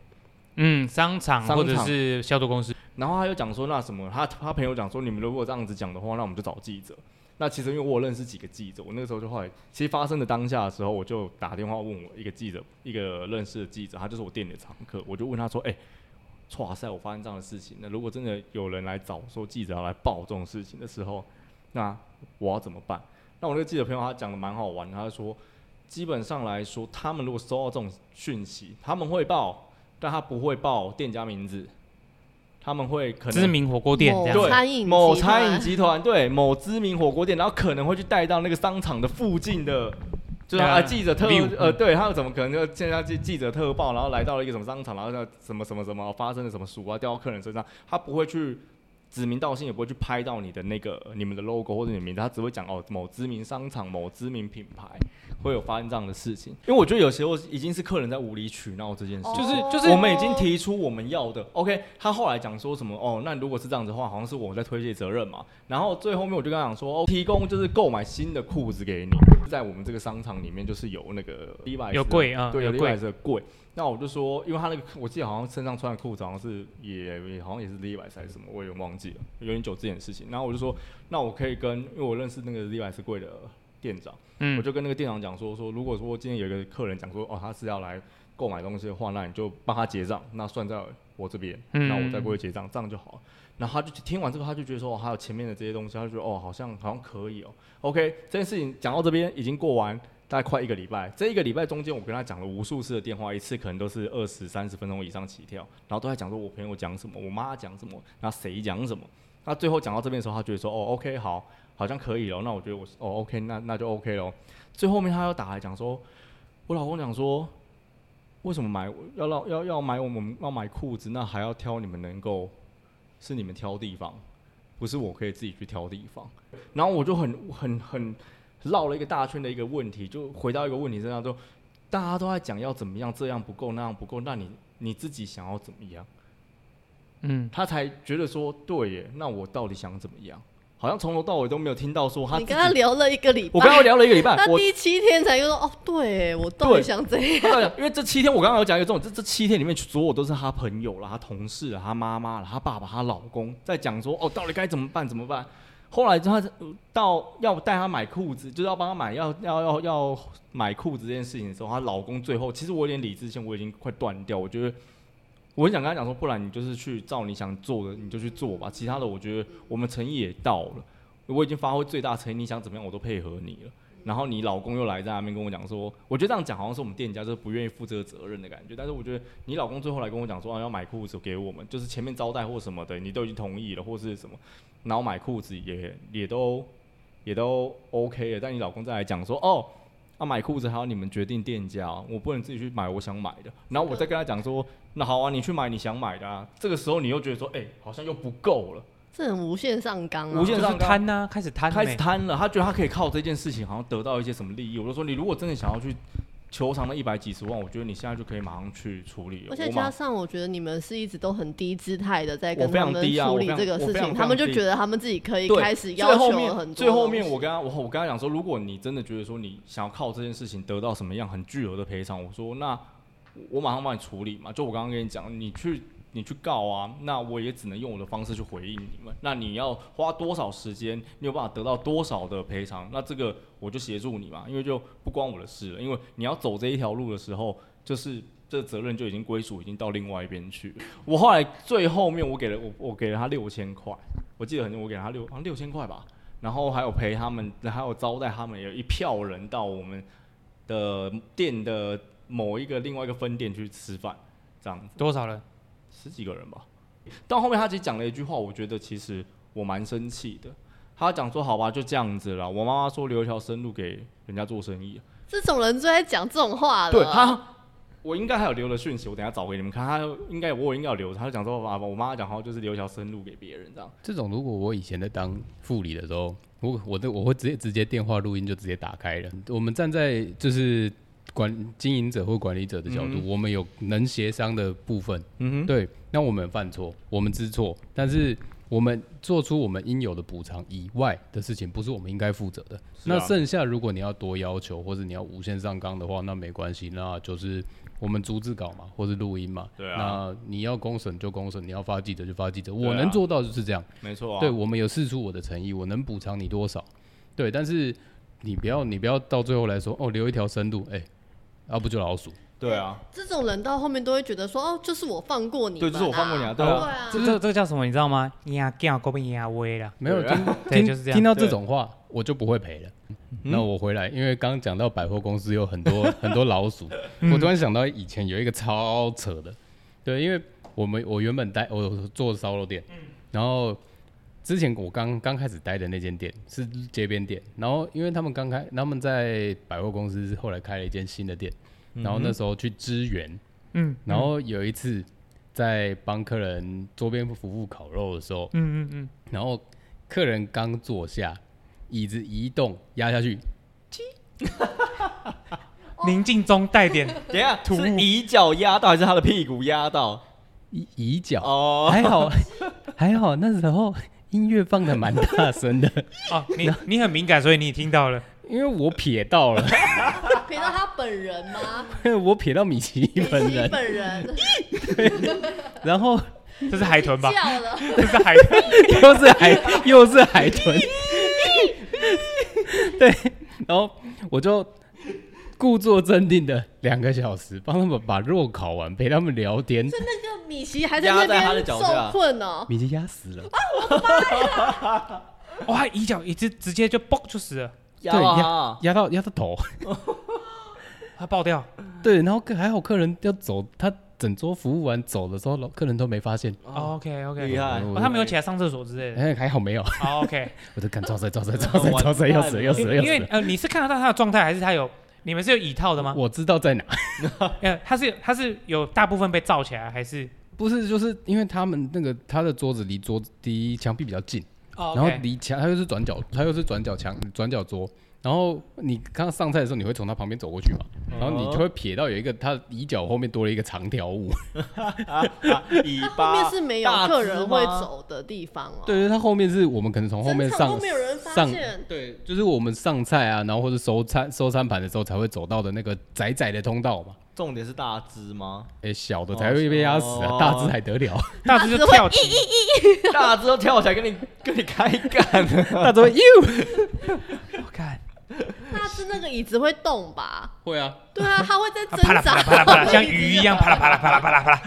Speaker 3: 嗯，商场
Speaker 2: 商
Speaker 3: 或者
Speaker 2: 场
Speaker 3: 是消毒公司，
Speaker 2: 然后他又讲说，那什么，他他朋友讲说，你们如果这样子讲的话，那我们就找记者。那其实因为我有认识几个记者，我那个时候就后来，其实发生的当下的时候，我就打电话问我一个记者，一个认识的记者，他就是我店里的常客，我就问他说，哎、哇塞，我发生这样的事情，那如果真的有人来找说记者要来报这种事情的时候，那我要怎么办？那我那个记者朋友他讲的蛮好玩的，他就说，基本上来说，他们如果收到这种讯息，他们会报，但他不会报店家名字，他们会可能
Speaker 3: 知名火锅店这样
Speaker 4: 某
Speaker 2: 对
Speaker 3: 子，
Speaker 4: 餐
Speaker 2: 某餐饮
Speaker 4: 饮集团
Speaker 2: 集团对某知名火锅店，然后可能会去带到那个商场的附近的，就是
Speaker 3: 对啊
Speaker 2: 啊记者特
Speaker 3: view，
Speaker 2: 呃对，他有怎么可能就现在记记者特报，然后来到了一个什么商场，然后呢什么什么什么发生了什么鼠啊掉到客人身上，他不会去。指名道姓也不会去拍到你的那个你们的 logo 或者你的名字，他只会讲哦某知名商场、某知名品牌会有发生这样的事情。因为我觉得有时候已经是客人在无理取闹这件事情
Speaker 4: 哦
Speaker 2: 了，
Speaker 3: 就是就
Speaker 2: 我
Speaker 3: 是
Speaker 2: 们已经提出我们要的，OK。他后来讲说什么哦，那如果是这样子的话，好像是我在推卸责任嘛。然后最后面我就跟他讲说，哦，提供就是购买新的裤子给你，在我们这个商场里面就是有那个 Levi's 的
Speaker 3: 有贵啊，
Speaker 2: 对，
Speaker 3: 有
Speaker 2: 另外一
Speaker 3: 贵，
Speaker 2: 个贵。那我就说，因为他那个，我记得好像身上穿的裤子好像是也也好像也是 Levi's 还是什么，我有点忘记了，有点久之前的事情。然后我就说，那我可以跟，因为我认识那个 Levi's 贵的店长，
Speaker 3: 嗯
Speaker 2: 我就跟那个店长讲说，说如果说今天有一个客人讲说，哦，他是要来购买东西的话，那你就帮他结账，那算在我这边，
Speaker 3: 嗯
Speaker 2: 那我再过去结账，这样就好了。然后他就听完这个，他就觉得说，哦，还有前面的这些东西，他就觉得哦，好像好像可以哦。OK，这件事情讲到这边已经过完，大概快一个礼拜。这一个礼拜中间，我跟他讲了无数次的电话，一次可能都是二十三十分钟以上起跳，然后都在讲说我朋友讲什么，我妈讲什么，那谁讲什么。那最后讲到这边的时候，他觉得说，哦，OK，好，好像可以了。那我觉得我是哦，OK，那那就 OK 咯。最后面他又打来讲说，我老公讲说，为什么买要让要要买我们要买裤子，那还要挑你们能够是你们挑地方，不是我可以自己去挑地方。然后我就很很很绕了一个大圈的一个问题，就回到一个问题身上，就大家都在讲要怎么样，这样不够那样不够，那你你自己想要怎么样？
Speaker 3: 嗯，
Speaker 2: 他才觉得说对耶，那我到底想怎么样？好像从头到尾都没有听到说他
Speaker 4: 你
Speaker 2: 自己
Speaker 4: 跟他聊了一个礼拜，
Speaker 2: 我跟他聊了一个礼拜，
Speaker 4: 他
Speaker 2: 我
Speaker 4: 第七天才又说哦，对啊我到底
Speaker 2: 对
Speaker 4: 想怎样？
Speaker 2: 他到底因为这七天我刚刚有讲一个重点，这这七天里面所有都是他朋友啦、他同事啦、他妈妈啦、他爸爸、他老公在讲说哦，到底该怎么办？怎么办？后来之后他到要带她买裤子，就是要帮她买要要要要买裤子这件事情的时候，她老公最后其实我有点理智线，我已经快断掉。我觉得我很想跟她讲说，不然你就是去照你想做的你就去做吧，其他的我觉得我们诚意也到了，我已经发挥最大诚意，你想怎么样我都配合你了。然后你老公又来在那边跟我讲说，哦我觉得这样讲好像是我们店家就是不愿意负这个责任的感觉，但是我觉得你老公最后来跟我讲说啊要买裤子给我们，就是前面招待或什么的你都已经同意了或是什么，然后买裤子也也都也都 OK 了，但你老公再来讲说哦。啊，买裤子还要你们决定店家哦、我不能自己去买我想买的。然后我再跟他讲说，那好啊，你去买你想买的啊。这个时候你又觉得说，哎、好像又不够了，
Speaker 4: 这很无限上纲啊！
Speaker 2: 无限
Speaker 3: 就
Speaker 2: 上
Speaker 3: 是
Speaker 2: 纲
Speaker 3: 贪呐、开始贪
Speaker 2: 开
Speaker 3: 美，
Speaker 2: 始贪了，他觉得他可以靠这件事情好像得到一些什么利益。我就说，你如果真的想要去球场的一百几十万，我觉得你现在就可以马上去处理了。
Speaker 4: 而且
Speaker 2: 我
Speaker 4: 加
Speaker 2: 马
Speaker 4: 上，我觉得你们是一直都很低姿态的在跟
Speaker 2: 我非
Speaker 4: 他
Speaker 2: 常
Speaker 4: 们
Speaker 2: 低啊
Speaker 4: 处
Speaker 2: 我
Speaker 4: 理
Speaker 2: 非常
Speaker 4: 这个
Speaker 2: 我
Speaker 4: 事
Speaker 2: 非
Speaker 4: 情，
Speaker 2: 常
Speaker 4: 他们就
Speaker 2: 非常低
Speaker 4: 觉得他们自己可以
Speaker 2: 对
Speaker 4: 开始要
Speaker 2: 最后
Speaker 4: 求了很
Speaker 2: 面
Speaker 4: 多。
Speaker 2: 最后面我跟他我我跟他讲说，如果你真的觉得说你想要靠这件事情得到什么样很巨额的赔偿，我说那我马上帮你处理嘛。就我刚刚跟你讲，你去你去告啊，那我也只能用我的方式去回应你们。那你要花多少时间，你有办法得到多少的赔偿？那这个我就协助你嘛，因为就不关我的事了。因为你要走这一条路的时候，就是。这责任就已经归属，已经到另外一边去了。我后来最后面，我给了我我给了他六千块，我记得很清楚，我给了他六好像六千块吧。然后还有陪他们，还有招待他们，有一票人到我们的店的某一个另外一个分店去吃饭，这样
Speaker 3: 多少人？
Speaker 2: 十几个人吧。到后面他其实讲了一句话，我觉得其实我蛮生气的。他讲说：“好吧，就这样子啦。”我妈妈说留一条生路给人家做生意。
Speaker 4: 这种人最爱讲这种话了。
Speaker 2: 对他，我应该还有留了讯息，我等一下找给你们看。他应该我应该有留，他就讲说：“爸爸，我妈讲好就是留一条生路给别人这样。”
Speaker 1: 这种如果我以前在当副理的时候，我我的我会直接直接电话录音就直接打开了。我们站在就是管经营者或管理者的角度，我们有能协商的部分，
Speaker 2: 嗯哼，
Speaker 1: 对，那我们犯错，我们知错，但是我们做出我们应有的补偿以外的事情，不是我们应该负责的。
Speaker 2: 是啊
Speaker 1: 那剩下如果你要多要求，或者你要无限上纲的话，那没关系，那就是我们逐字稿嘛，或是录音嘛。
Speaker 2: 对啊
Speaker 1: 那你要公审就公审，你要发记者就发记者，
Speaker 2: 对
Speaker 1: 我
Speaker 2: 啊
Speaker 1: 能做到就是这样。
Speaker 2: 没错啊。
Speaker 1: 对我们有试出我的诚意，我能补偿你多少？对，但是你不要你不要到最后来说哦，留一条生路，哎、要、不就老鼠。
Speaker 2: 对啊，
Speaker 4: 这种人到后面都会觉得说，哦，就是我放过你们
Speaker 2: 对，
Speaker 4: 啊，
Speaker 2: 就是我放过你啊，对
Speaker 4: 对
Speaker 2: 啊。
Speaker 4: 啊，
Speaker 3: 这这这个叫什么？你知道吗？压掉够被压威了。
Speaker 1: 没有
Speaker 2: 对
Speaker 1: 听
Speaker 2: 啊
Speaker 3: [laughs]
Speaker 2: 嗯
Speaker 3: 对
Speaker 1: 听
Speaker 3: 就是这样
Speaker 1: 听到这种话，我就不会赔了。那我回来，因为刚刚讲到百货公司有很
Speaker 2: [laughs]
Speaker 1: 多很多老鼠，
Speaker 3: 嗯
Speaker 1: 我突然想到以前有一个超扯的，对，因为我们我原本待我有做烧肉店，
Speaker 3: 嗯
Speaker 1: 然后之前我刚刚开始待的那间店是街边店，然后因为他们刚开，他们在百货公司是后来开了一间新的店，
Speaker 2: 嗯
Speaker 1: 然后那时候去支援，
Speaker 3: 嗯，
Speaker 1: 然后有一次在帮客人桌边服务烤肉的时候，
Speaker 3: 嗯嗯嗯，
Speaker 1: 然后客人刚坐下，椅子移动压下去，
Speaker 3: 宁静中带点，
Speaker 2: 等一下，
Speaker 3: [laughs] 突
Speaker 2: 是以脚压到还是他的屁股压到？
Speaker 1: 移移脚，
Speaker 2: 哦，
Speaker 1: 还好 [laughs] 还好，那时候音乐放的蛮大声的，
Speaker 3: 哦，你你很敏感，所以你听到了。
Speaker 1: 因为我瞥到了， [laughs]
Speaker 4: 陪到他本人吗？
Speaker 1: 我瞥到米奇
Speaker 4: 你
Speaker 1: 本
Speaker 4: 是
Speaker 1: 人，
Speaker 4: 本人
Speaker 1: 然后 [laughs]
Speaker 3: 这是海豚
Speaker 4: [laughs]
Speaker 3: 吧？
Speaker 4: 叫了，
Speaker 3: 这是海豚。
Speaker 1: 又是海又是海豚， [laughs] 对，然后我就。故作镇定的两个小时，帮他们把肉烤完，陪他们聊天。
Speaker 4: 是那个米奇还
Speaker 2: 压
Speaker 4: 那
Speaker 2: 在他的
Speaker 4: 边
Speaker 2: 脚
Speaker 4: 受
Speaker 2: 下
Speaker 4: 困哦。
Speaker 1: 米奇压死了，
Speaker 3: 哇，一脚一直直接就嘣就死了，
Speaker 2: 压
Speaker 1: 对
Speaker 2: 到
Speaker 1: 压
Speaker 2: 他
Speaker 5: 哦
Speaker 2: 啊
Speaker 1: 压到压到头，
Speaker 3: 它爆掉。
Speaker 1: 对，然后客还好，客人要走，他整桌服务完走的时候，老客人都没发现。
Speaker 3: 哦 OK
Speaker 2: 厉
Speaker 3: OK，
Speaker 2: 害，
Speaker 1: 我
Speaker 3: 哦，他没有起来上厕所之 [laughs] 类的。
Speaker 1: 哎，还好没有，
Speaker 3: 哦 OK，
Speaker 1: 我就看招谁招谁招谁
Speaker 2: 完
Speaker 1: 招谁，
Speaker 2: 蛋
Speaker 1: 要
Speaker 2: 了
Speaker 1: 死要死
Speaker 3: 因
Speaker 1: 要
Speaker 3: 为
Speaker 1: 死！
Speaker 3: 呃，你是看得到他的状态，还是他有？你们是有椅套的吗？
Speaker 1: 我知道在哪，
Speaker 3: 呃，他是他是有大部分被罩起来，还是？
Speaker 1: 不是就是因为他们那个他的桌子离桌子离墙壁比较近，
Speaker 3: 哦
Speaker 1: 然后离墙他又是转角，他又是转角墙转角桌，然后你刚上菜的时候，你会从他旁边走过去嘛，然后你就会瞥到有一个他椅脚后面多了一个长条物，
Speaker 5: 啊
Speaker 3: [laughs]
Speaker 2: 尾
Speaker 4: 他啊后
Speaker 2: 巴
Speaker 4: 面是没有
Speaker 2: 大
Speaker 4: 客
Speaker 2: 只
Speaker 4: 人
Speaker 2: 吗
Speaker 4: 会走的地方哦。
Speaker 1: 对对，他后面是我们可能哦从后面
Speaker 4: 整场
Speaker 1: 上
Speaker 4: 都没有人发
Speaker 1: 上
Speaker 4: 现
Speaker 1: 对，就是我们上菜啊，然后或者收餐收餐盘的时候才会走到的那个窄窄的通道嘛。
Speaker 5: 重点是大只吗？ [laughs]
Speaker 1: 哎、小的才会被压死啊，
Speaker 5: 哦
Speaker 1: 大只还
Speaker 5: [laughs]
Speaker 1: 得了？
Speaker 3: 大只就跳起，
Speaker 5: 大只都跳起来跟你跟你开干了，
Speaker 3: [laughs]
Speaker 1: 大只会 you
Speaker 3: 我看
Speaker 4: 大致那个椅子会动吧？
Speaker 1: 会啊，
Speaker 4: 对
Speaker 1: [laughs]
Speaker 4: 啊，它会在
Speaker 3: 啊
Speaker 4: 挣
Speaker 3: 啪啦啪
Speaker 4: 扎，
Speaker 3: 啦啪啦啪
Speaker 4: [laughs]
Speaker 3: 啦，像鱼一样啪啦啪啦啪啦啪啦啪啦。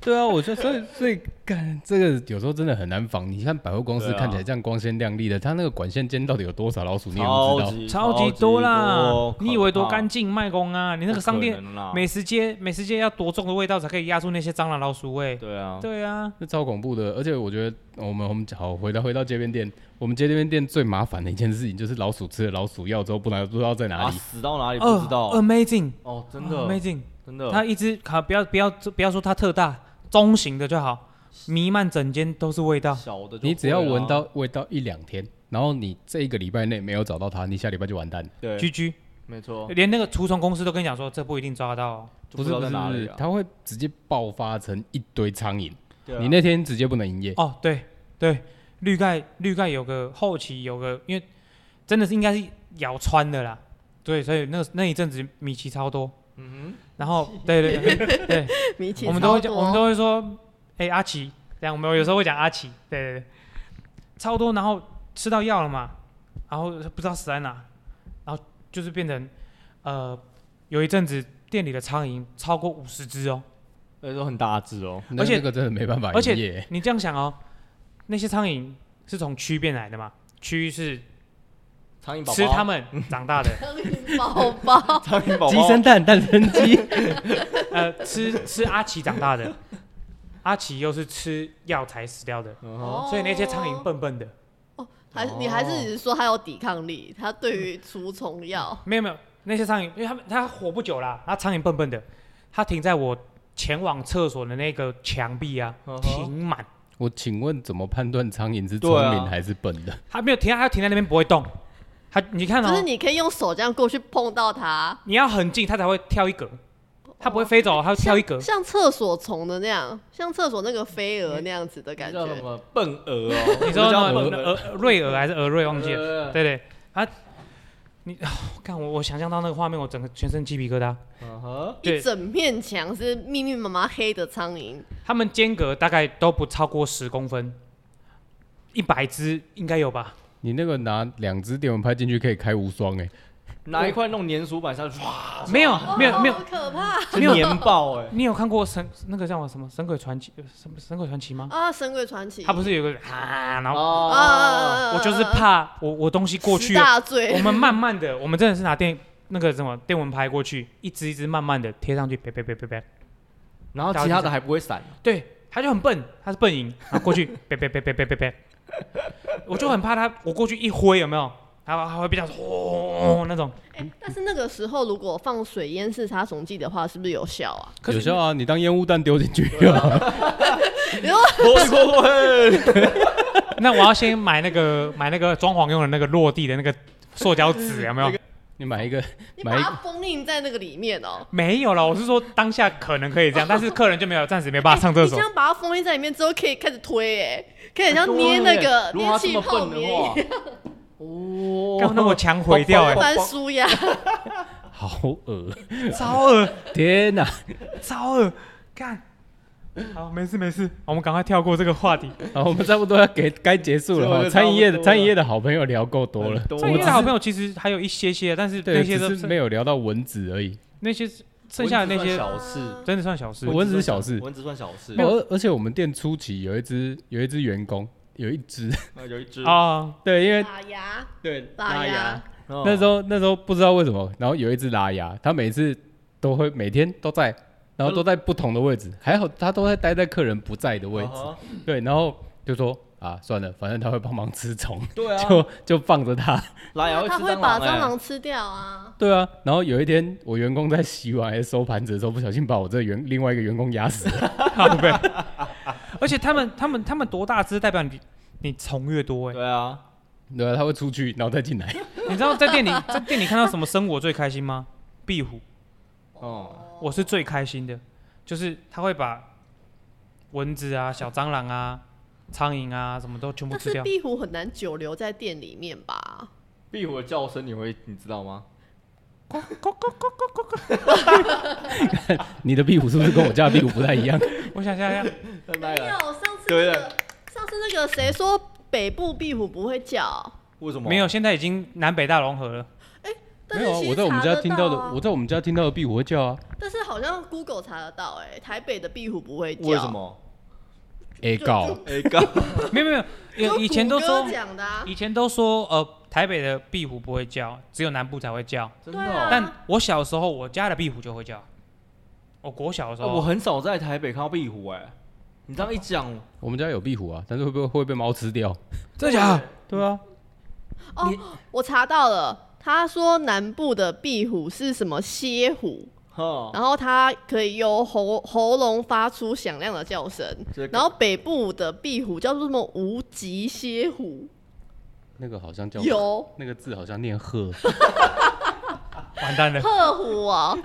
Speaker 1: 对啊，我觉得所以所以干这个有时候真的很难防。你看百货公司
Speaker 5: 对啊
Speaker 1: 看起来这样光鲜亮丽的，它那个管线间到底有多少老鼠，你也不
Speaker 5: 超
Speaker 1: 知道。
Speaker 5: 级
Speaker 3: 超级多啦！
Speaker 5: 多
Speaker 3: 你以为多干？净卖工啊？你那个商
Speaker 5: 不
Speaker 3: 店
Speaker 5: 可能啦
Speaker 3: 美食街美食街要多重的味道才可以压住那些蟑螂老鼠味？
Speaker 5: 对啊，
Speaker 3: 对啊，
Speaker 1: 那超恐怖的，而且我觉得我们我们好回到回到街边店，我们街边店最麻烦的一件事情就是老鼠吃了老鼠药之后，不然不知道在哪
Speaker 5: 啊，
Speaker 1: 里。
Speaker 5: 死到哪里不知道
Speaker 3: 哦？，amazing，
Speaker 5: 哦，真
Speaker 3: 哦
Speaker 5: 的，
Speaker 3: amazing，
Speaker 5: 真的，
Speaker 3: 它一只卡不要不要不要说它特大，中型的就好，弥漫整间都是味道。
Speaker 5: 小的就
Speaker 1: 你只要
Speaker 5: 会啦啊
Speaker 1: 闻，到味道一两天，然后你这一个礼拜内没有找到它，你下礼拜就完蛋了。
Speaker 5: 对，
Speaker 3: 居居，
Speaker 5: 没
Speaker 2: 哦
Speaker 5: 错，
Speaker 3: 连那个除虫公司都跟你讲说这不一定抓得到哦。
Speaker 5: 就
Speaker 1: 不是
Speaker 5: 知道
Speaker 1: 不
Speaker 5: 在
Speaker 1: 是
Speaker 5: 哪
Speaker 1: 不
Speaker 5: 里
Speaker 1: 是
Speaker 5: 啊，
Speaker 1: 它会直接爆发成一堆苍蝇，
Speaker 5: 对啊
Speaker 1: 你那天直接不能营业。
Speaker 3: 哦，对对，绿盖绿盖有个后期有个，因为真的是应该是咬穿的啦，对，所以那个那一阵子米奇超多，
Speaker 5: 嗯
Speaker 3: 然后对对对对，
Speaker 4: 米奇
Speaker 3: 我们
Speaker 4: 超
Speaker 3: 都会讲，
Speaker 4: 多
Speaker 3: 我们都会说，哎、阿奇，这样我们有时候会讲阿奇，对对对，超多，然后吃到药了嘛，然后不知道死在哪，然后就是变成呃，有一阵子店里的苍蝇超过五十只哦，
Speaker 5: 哼，那都很大只哦，
Speaker 1: 那
Speaker 3: 而且
Speaker 1: 那个真的没办法
Speaker 3: 而
Speaker 1: 营
Speaker 3: 且
Speaker 1: 业，
Speaker 3: 你这样想哦，那些苍蝇是从蛆变来的嘛？蛆是
Speaker 5: 苍蝇宝宝，
Speaker 3: 吃它们长大的，
Speaker 5: [laughs]
Speaker 4: 宝宝
Speaker 5: 苍蝇宝宝，
Speaker 1: 鸡生蛋，蛋生鸡。 [laughs]
Speaker 3: 呃，吃吃阿奇长大的，阿奇又是吃药才死掉的，
Speaker 5: 嗯哼，
Speaker 4: 哦
Speaker 3: [laughs] 所以那些苍蝇哦笨笨的，
Speaker 4: 还是你还是只是说它有抵抗力，它对于除虫药
Speaker 3: 没有没有，那些苍蝇，因为它们它活不久啦，它苍蝇笨笨的，它停在我前往厕所的那个墙壁啊
Speaker 5: 嗯，哼
Speaker 3: 停满，
Speaker 1: 我请问怎么判断苍蝇是聪
Speaker 5: 对啊
Speaker 1: 明还是笨的？
Speaker 3: 它没有停，它要停在那边不会动，它你看
Speaker 4: 就是
Speaker 3: 哦，
Speaker 4: 你可以用手这样过去碰到它，
Speaker 3: 你要很近它才会跳一格，它不会飞走，它会跳一格。
Speaker 4: 像厕所虫的那样，像厕所那个飞蛾那样子的感
Speaker 5: 叫什
Speaker 4: 觉。
Speaker 5: 么笨鹅哦？ [laughs]
Speaker 3: 你说
Speaker 5: 叫
Speaker 3: 那
Speaker 5: 笨
Speaker 3: 个
Speaker 5: 鹅，呃
Speaker 3: 俄瑞尔还是俄瑞忘记了？
Speaker 5: 了，
Speaker 3: 对对，啊，你啊看我我想象到那个画面，我整个全身鸡皮疙瘩。
Speaker 5: 嗯哼，
Speaker 3: 对
Speaker 4: 一整面墙是密密麻麻黑的苍蝇，
Speaker 3: 他们间隔大概都不超过十公分，一百只应该有吧？
Speaker 1: 你那个拿两只电蚊拍进去可以开无双哎、
Speaker 5: 拿一块弄粘鼠板下去，哇，
Speaker 3: 没有没有没有
Speaker 4: 哦好，可怕
Speaker 5: 这
Speaker 3: 没有
Speaker 5: 粘爆哎，
Speaker 3: 你有看过神那个叫什么《神鬼传奇》呃什么《神鬼传奇》吗？
Speaker 4: 啊！神鬼传奇，
Speaker 3: 他不是有个啊，然后
Speaker 4: 啊
Speaker 5: 哦，
Speaker 4: 啊啊啊
Speaker 3: 我就是怕我我东西过
Speaker 4: 十
Speaker 3: 去了，
Speaker 4: 大罪
Speaker 3: 我，们慢慢的，我们真的是拿电那个什么电蚊拍过去，一只一只慢慢的贴上去，别别别别别，
Speaker 5: 然后其他的还不会闪，
Speaker 3: 对，他就很笨，他是笨蝇，然后过去，别别别别别别别，我就很怕他，我过去一挥有没有，他他会被这样轰那种，
Speaker 4: 哎但是那个时候如果放水烟式杀虫剂的话，是不是有效啊？
Speaker 3: 可
Speaker 1: 有
Speaker 3: 是
Speaker 1: 效啊，你当烟雾弹丢进去啊就好了。
Speaker 3: 那我要先买那个 [laughs] 买那个装潢用的那个落地的那个塑胶纸有没有？
Speaker 1: [laughs] 你买一个
Speaker 4: 你
Speaker 1: 买
Speaker 4: 把
Speaker 1: 一
Speaker 4: 它封印在那个里面哦。
Speaker 3: 没有了，我是说当下可能可以这样，但是客人就没有，暂时没办法上厕
Speaker 4: 你这
Speaker 3: 所。
Speaker 4: 样把它封印在里面之后，可以开始推，哎，可以像捏那个
Speaker 5: 如果
Speaker 4: 捏
Speaker 5: 他这
Speaker 4: 气
Speaker 5: 么
Speaker 4: 泡
Speaker 5: 笨的
Speaker 4: 棉一
Speaker 5: 话
Speaker 4: 样，，
Speaker 5: 哦
Speaker 3: 刚，那我墙毁掉哎、
Speaker 4: 翻书呀。
Speaker 1: 好恶，
Speaker 3: [laughs] 超恶
Speaker 1: 天哪、
Speaker 3: 超恶，看，好没事没事，我们赶快跳过这个话题。
Speaker 1: 好，我们差不多要给该结束
Speaker 5: 所
Speaker 1: 了
Speaker 5: 以我
Speaker 1: 哈。
Speaker 5: 就
Speaker 1: 餐饮业的
Speaker 5: 差不多了
Speaker 1: 餐饮业的好朋友聊够多了
Speaker 5: 很，多
Speaker 3: 这
Speaker 5: 我
Speaker 3: 一
Speaker 5: 只
Speaker 3: 的好朋友其实还有一些些，但是那
Speaker 1: 对，
Speaker 3: 些
Speaker 1: 只
Speaker 3: 都
Speaker 1: 是没有聊到蚊子而已。
Speaker 3: 那些剩下的那
Speaker 5: 蚊子
Speaker 3: 些
Speaker 5: 算小事，
Speaker 3: 真的算小事。
Speaker 1: 哦蚊子是小事
Speaker 5: 蚊子算小事，
Speaker 1: 哦而而且我们店初期有一只有一只员工有一只， [laughs]
Speaker 5: 呃有一只，
Speaker 3: 啊，
Speaker 1: 对，因为
Speaker 4: 打牙，
Speaker 5: 对，
Speaker 4: 拉
Speaker 5: 拉
Speaker 4: 牙
Speaker 5: 牙，哦嗯
Speaker 1: 那时
Speaker 5: 候
Speaker 1: 候那时候不知道为什么，然后有一只拉牙，它每次都会每天都在，然后都在不同的位置，还好它都在待在客人不在的位置。
Speaker 5: 哦
Speaker 1: 对，然后就说啊，算了，反正它会帮忙吃虫，
Speaker 5: 对啊，
Speaker 1: 就就放着它。
Speaker 5: 拉牙
Speaker 4: 它
Speaker 5: 吃
Speaker 4: 会把
Speaker 5: 欸
Speaker 4: 蟑螂吃掉啊。
Speaker 1: 对啊，然后有一天我员工在洗碗还是收盘子的时候，不小心把我这员另外一个员工压死了。 [laughs]
Speaker 3: 好呗。 [laughs] 而且他们他们他们多大只，代表你你虫越多哎、
Speaker 5: 对啊，
Speaker 1: 对啊，他会出去，然后再进来。 [laughs]
Speaker 3: 你知道在店里在店里看到什么生我最开心吗？壁虎，
Speaker 5: 哦，
Speaker 3: 我是最开心的，就是他会把蚊子啊、小蟑螂啊、苍蝇啊什么都全部
Speaker 4: 但
Speaker 3: 吃
Speaker 4: 是
Speaker 3: 掉。
Speaker 4: 壁虎很难久留在店里面吧？
Speaker 5: 壁虎的叫声你会你知道吗？
Speaker 1: 你的壁虎是不是跟我家的壁虎不太一样？
Speaker 3: [laughs] 我想想想，
Speaker 4: 没有，上次那
Speaker 5: 对
Speaker 4: 个
Speaker 5: 的
Speaker 4: 上次那个谁说北部壁虎不会叫？
Speaker 5: 为什么？
Speaker 3: 没有，现在已经南北大融合了。
Speaker 4: 但
Speaker 1: 没
Speaker 4: 是
Speaker 1: 有啊，
Speaker 4: 其实
Speaker 1: 我在我们
Speaker 4: 查
Speaker 1: 家
Speaker 4: 得
Speaker 1: 听到的，
Speaker 4: 啊
Speaker 1: 我在我们家听到的壁虎会叫啊。
Speaker 4: 但是好像 Google 查得到、哎，台北的壁虎不会叫，
Speaker 5: 为什？
Speaker 4: [laughs]
Speaker 5: 么？
Speaker 1: 哎，告
Speaker 5: 哎，刚
Speaker 3: 没有没有没有，
Speaker 4: 就
Speaker 3: 以前都
Speaker 4: 谷歌
Speaker 3: 说
Speaker 4: 讲的、啊，
Speaker 3: 以前都说呃台北的壁虎不会叫，只有南部才会叫。
Speaker 5: 真
Speaker 4: 对
Speaker 5: 的
Speaker 4: 啊
Speaker 5: 哦、
Speaker 3: 但我小时候我家的壁虎就会叫，我国小的时
Speaker 5: 哦我
Speaker 3: 候，
Speaker 5: 很少在台北看到壁虎哎、你这样一讲，
Speaker 1: 我们家有壁虎啊，但是会不会会被猫吃掉？
Speaker 3: 真的假的？对啊，
Speaker 4: 哦，我查到了，他说南部的壁虎是什么蝎虎，
Speaker 5: 哈，
Speaker 4: 然后它可以由喉喉咙发出响亮的叫声，
Speaker 5: 这个
Speaker 4: 然后北部的壁虎叫做什么无极蝎虎，
Speaker 1: 那个好像叫
Speaker 4: 有
Speaker 1: 那个字好像念鹤，
Speaker 3: 完蛋
Speaker 4: [laughs]
Speaker 3: 了，
Speaker 4: 鹤虎哦，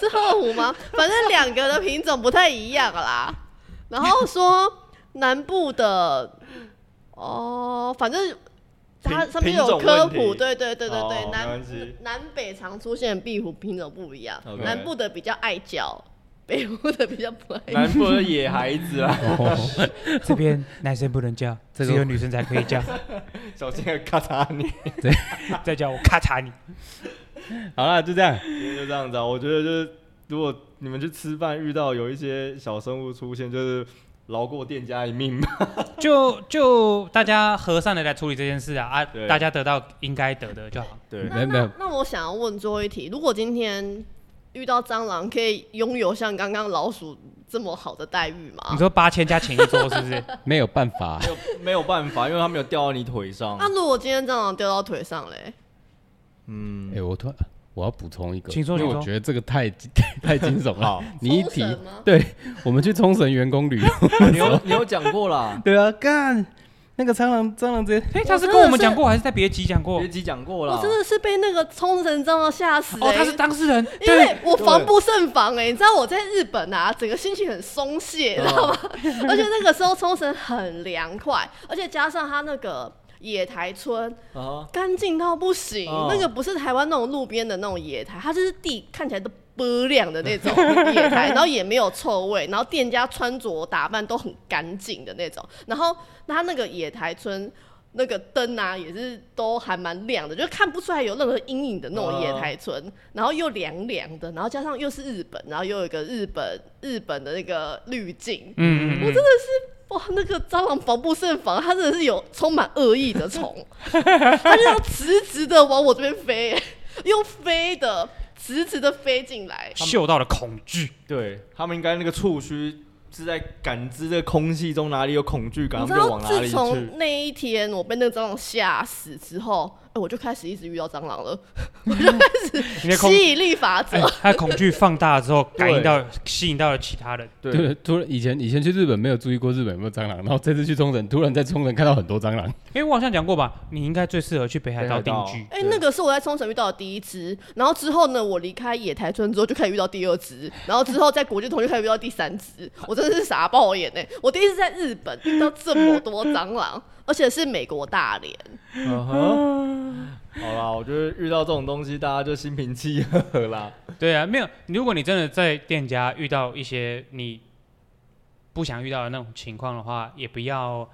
Speaker 4: 是鹤虎吗？反正两个的品种不太一样啦。然后说南部的，哦，反正它
Speaker 5: 品
Speaker 4: 上面
Speaker 5: 品
Speaker 4: 有
Speaker 5: 种
Speaker 4: 科
Speaker 5: 问
Speaker 4: 普，
Speaker 5: 题
Speaker 4: 对对对对对，
Speaker 5: 哦没
Speaker 4: 南
Speaker 5: 关系
Speaker 4: 南北常出现的壁虎品种不一样
Speaker 5: OK
Speaker 4: 南部的比较爱叫，北部的比较不爱叫。
Speaker 5: 南部的野孩子
Speaker 4: [laughs]
Speaker 5: 啊，
Speaker 3: 这边男生不能叫，
Speaker 1: 这
Speaker 3: 只
Speaker 1: 个
Speaker 3: 有女生才可以叫，
Speaker 5: 小心咔嚓你，
Speaker 3: 再叫我咔嚓你。
Speaker 1: 好啦，就这样。
Speaker 5: 今天就这样子啊。我觉得就是，如果你们去吃饭遇到有一些小生物出现，就是饶过店家一命吧。
Speaker 3: 就就大家和善的来处理这件事啊啊
Speaker 5: 对！
Speaker 3: 大家得到应该得的就好。
Speaker 5: 对，
Speaker 1: 没
Speaker 4: 那
Speaker 1: 有没有
Speaker 4: 那那我想要问最后一题，如果今天遇到蟑螂，可以拥有像刚刚老鼠这么好的待遇
Speaker 3: 你
Speaker 4: 吗？
Speaker 3: 说八千加请一桌是不是？
Speaker 1: 没有办法、啊
Speaker 5: 没有没有办法，因为它没有掉到你腿上
Speaker 4: 啊那、。如果今天蟑螂掉到腿上嘞？
Speaker 1: 哎、
Speaker 5: 嗯，
Speaker 1: 我突然我要补充一个，
Speaker 3: 请说
Speaker 1: 因为
Speaker 3: 请
Speaker 1: 我
Speaker 3: 说
Speaker 1: 觉得这个太太惊 [laughs]
Speaker 4: 嗯
Speaker 1: 悚了。
Speaker 5: 好，
Speaker 1: 你一
Speaker 4: 冲
Speaker 1: 提
Speaker 4: 绳吗，
Speaker 1: 对我们去冲绳员工旅游，
Speaker 5: 你有你有讲过啦，
Speaker 1: 对啊，干那个蟑螂蟑螂直接
Speaker 3: 哎，他是
Speaker 4: 我真的
Speaker 3: 跟我们
Speaker 4: 是
Speaker 3: 讲过还是在别集讲过
Speaker 5: 别？集讲过啦
Speaker 4: 我。哦真的是被那个冲绳蟑螂吓死、欸。
Speaker 3: 哦，他是当事人，
Speaker 4: 因为
Speaker 3: 对，嗯
Speaker 4: 我防不胜防哎、你知道我在日本啊，整个心情很松懈，知道吗？
Speaker 3: 嗯
Speaker 4: [laughs] 而且那个时候冲绳很凉快，而且加上它那个野台村
Speaker 5: 啊，
Speaker 4: 干净到不行，
Speaker 5: 哦
Speaker 4: 那个不是台湾那种路边的那种野台，它就是地看起来都波亮的那种 [laughs] 野台，然后也没有臭味，然后店家穿着打扮都很干净的那种，然后它那个野台村。那个灯啊，也是都还蛮亮的，就看不出来有任何阴影的那种野台村，然后又凉凉的，然后加上又是日本，然后又有一个日本日本的那个滤镜，
Speaker 3: 嗯嗯嗯，
Speaker 4: 哇，那个蟑螂防不胜防，它真的是有充满恶意的虫， [laughs] 它就要直直的往我这边飞，用飞的直直的飞进来。
Speaker 3: 嗅到了恐惧。
Speaker 5: 对他们应该那个触须是在感知这空气中哪里有恐惧感，
Speaker 4: 你
Speaker 5: 他
Speaker 4: 知
Speaker 5: 们就
Speaker 4: 道，
Speaker 5: 往哪
Speaker 4: 自
Speaker 5: 里
Speaker 4: 从
Speaker 5: 去。
Speaker 4: 那一天我被那个蟑螂吓死之后，哎、我就开始一直遇到蟑螂了，
Speaker 3: 你的恐
Speaker 4: 吸引力法则
Speaker 3: 哎。，他的恐惧放大之后，感应
Speaker 5: 对
Speaker 3: 到吸引到了其他人。
Speaker 5: 对
Speaker 1: 对，突然以前以前去日本没有注意过日本有没有蟑螂，然后这次去冲绳，突然在冲绳看到很多蟑螂，
Speaker 3: 因为我好像讲过吧，你应该最适合去北海道
Speaker 5: 北
Speaker 3: 定
Speaker 5: 海道
Speaker 3: 居。
Speaker 4: 哎、
Speaker 5: 对
Speaker 4: 那个是我在冲绳遇到的第一只，然后之后呢，我离开野台村之后就开始遇到第二只，然后之后在国际同就开始遇到第三
Speaker 5: [laughs]
Speaker 4: 只，我真的是傻爆眼哎、我第一次在日本遇到这么多蟑
Speaker 5: [laughs]
Speaker 4: 螂，而且是美国大连，
Speaker 5: 嗯哼，啊好啦，我觉得遇到这种东西，大家就心平气和啦。
Speaker 3: 对啊，没有。如果你真的在店家遇到一些你不想遇到的那种情况的话，也不要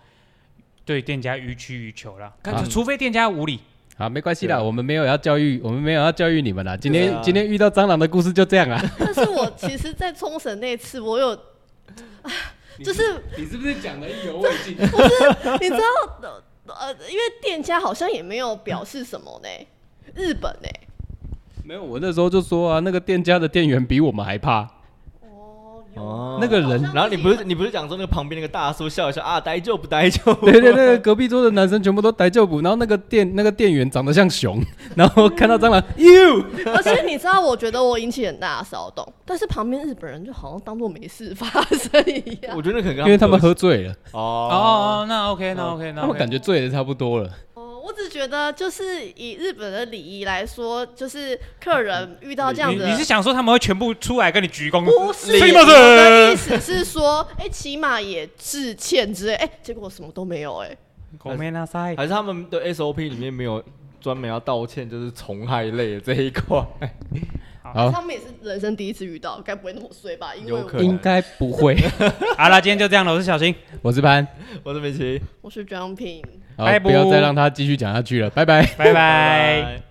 Speaker 3: 对店家予取予求啦。
Speaker 1: 啊
Speaker 3: 除除非店家无理。
Speaker 1: 好，没关系啦，
Speaker 5: 对啊
Speaker 1: 我们没有要教育，我们没有要教育你们啦。今天、
Speaker 5: 对啊
Speaker 1: 今天遇到蟑螂的故事就这样啊啦。
Speaker 4: 但是我其实，在冲绳那次我有，
Speaker 5: [laughs]
Speaker 4: 就是
Speaker 1: [laughs] 你是不是讲的意犹未尽？
Speaker 4: 你知道，呃，因为店家好像也没有表示什么呢，日本欸呢、
Speaker 1: 没有，我那时候就说啊，那个店家的店员比我们还 [laughs] 怕，
Speaker 4: 哦，
Speaker 5: 哦
Speaker 1: 那个人
Speaker 4: 好像
Speaker 5: 然后你不是你不是讲说那个旁边那个大叔笑一笑啊，呆就不呆就。
Speaker 1: 对对对，隔壁桌的男生全部都逮旧捕，然后那个店那个店员长得像熊，然后看到蟑 [laughs] 螂，you，
Speaker 4: 而且你知道，我觉得我引起很大的骚动，但是旁边日本人就好像当做没事发生一
Speaker 2: [laughs]
Speaker 4: 样。
Speaker 5: 我觉得那可能跟
Speaker 1: 因为他们
Speaker 5: 喝
Speaker 1: 喝醉了，
Speaker 3: 哦
Speaker 5: 哦
Speaker 3: 哦，那 OK，那 OK，那 OK
Speaker 1: 他们感觉醉的差不多了。
Speaker 4: 哦，我只觉得就是以日本的礼仪来说，就是客人遇到这样
Speaker 3: 你
Speaker 4: 的，
Speaker 3: 你是想说他们会全部出来跟你鞠躬？
Speaker 4: 不是
Speaker 3: 是
Speaker 4: 我
Speaker 3: 吗
Speaker 4: 的意思是说，哎、起码也致歉之类，哎、结果什么都没有、哎，
Speaker 3: [laughs] ごめんなさい
Speaker 5: 还是他们的 SOP 里面没有
Speaker 2: 专门要道歉，就是虫害类的这
Speaker 5: [laughs]
Speaker 2: 一块。
Speaker 1: 好，
Speaker 4: 他们也是人生第一次遇到，该不会那么衰吧？因为
Speaker 2: 有可
Speaker 4: 我
Speaker 2: 能
Speaker 1: 应该不 [laughs] 会。
Speaker 3: 好了，今天就这样了，我是小新。
Speaker 1: 我是潘，
Speaker 2: 我是美琪，
Speaker 4: 我是 Jumping。
Speaker 1: 好，
Speaker 3: 拜
Speaker 1: 不要
Speaker 3: 拜
Speaker 1: 再让他继续讲下去了，拜拜。
Speaker 3: 拜拜。
Speaker 2: 拜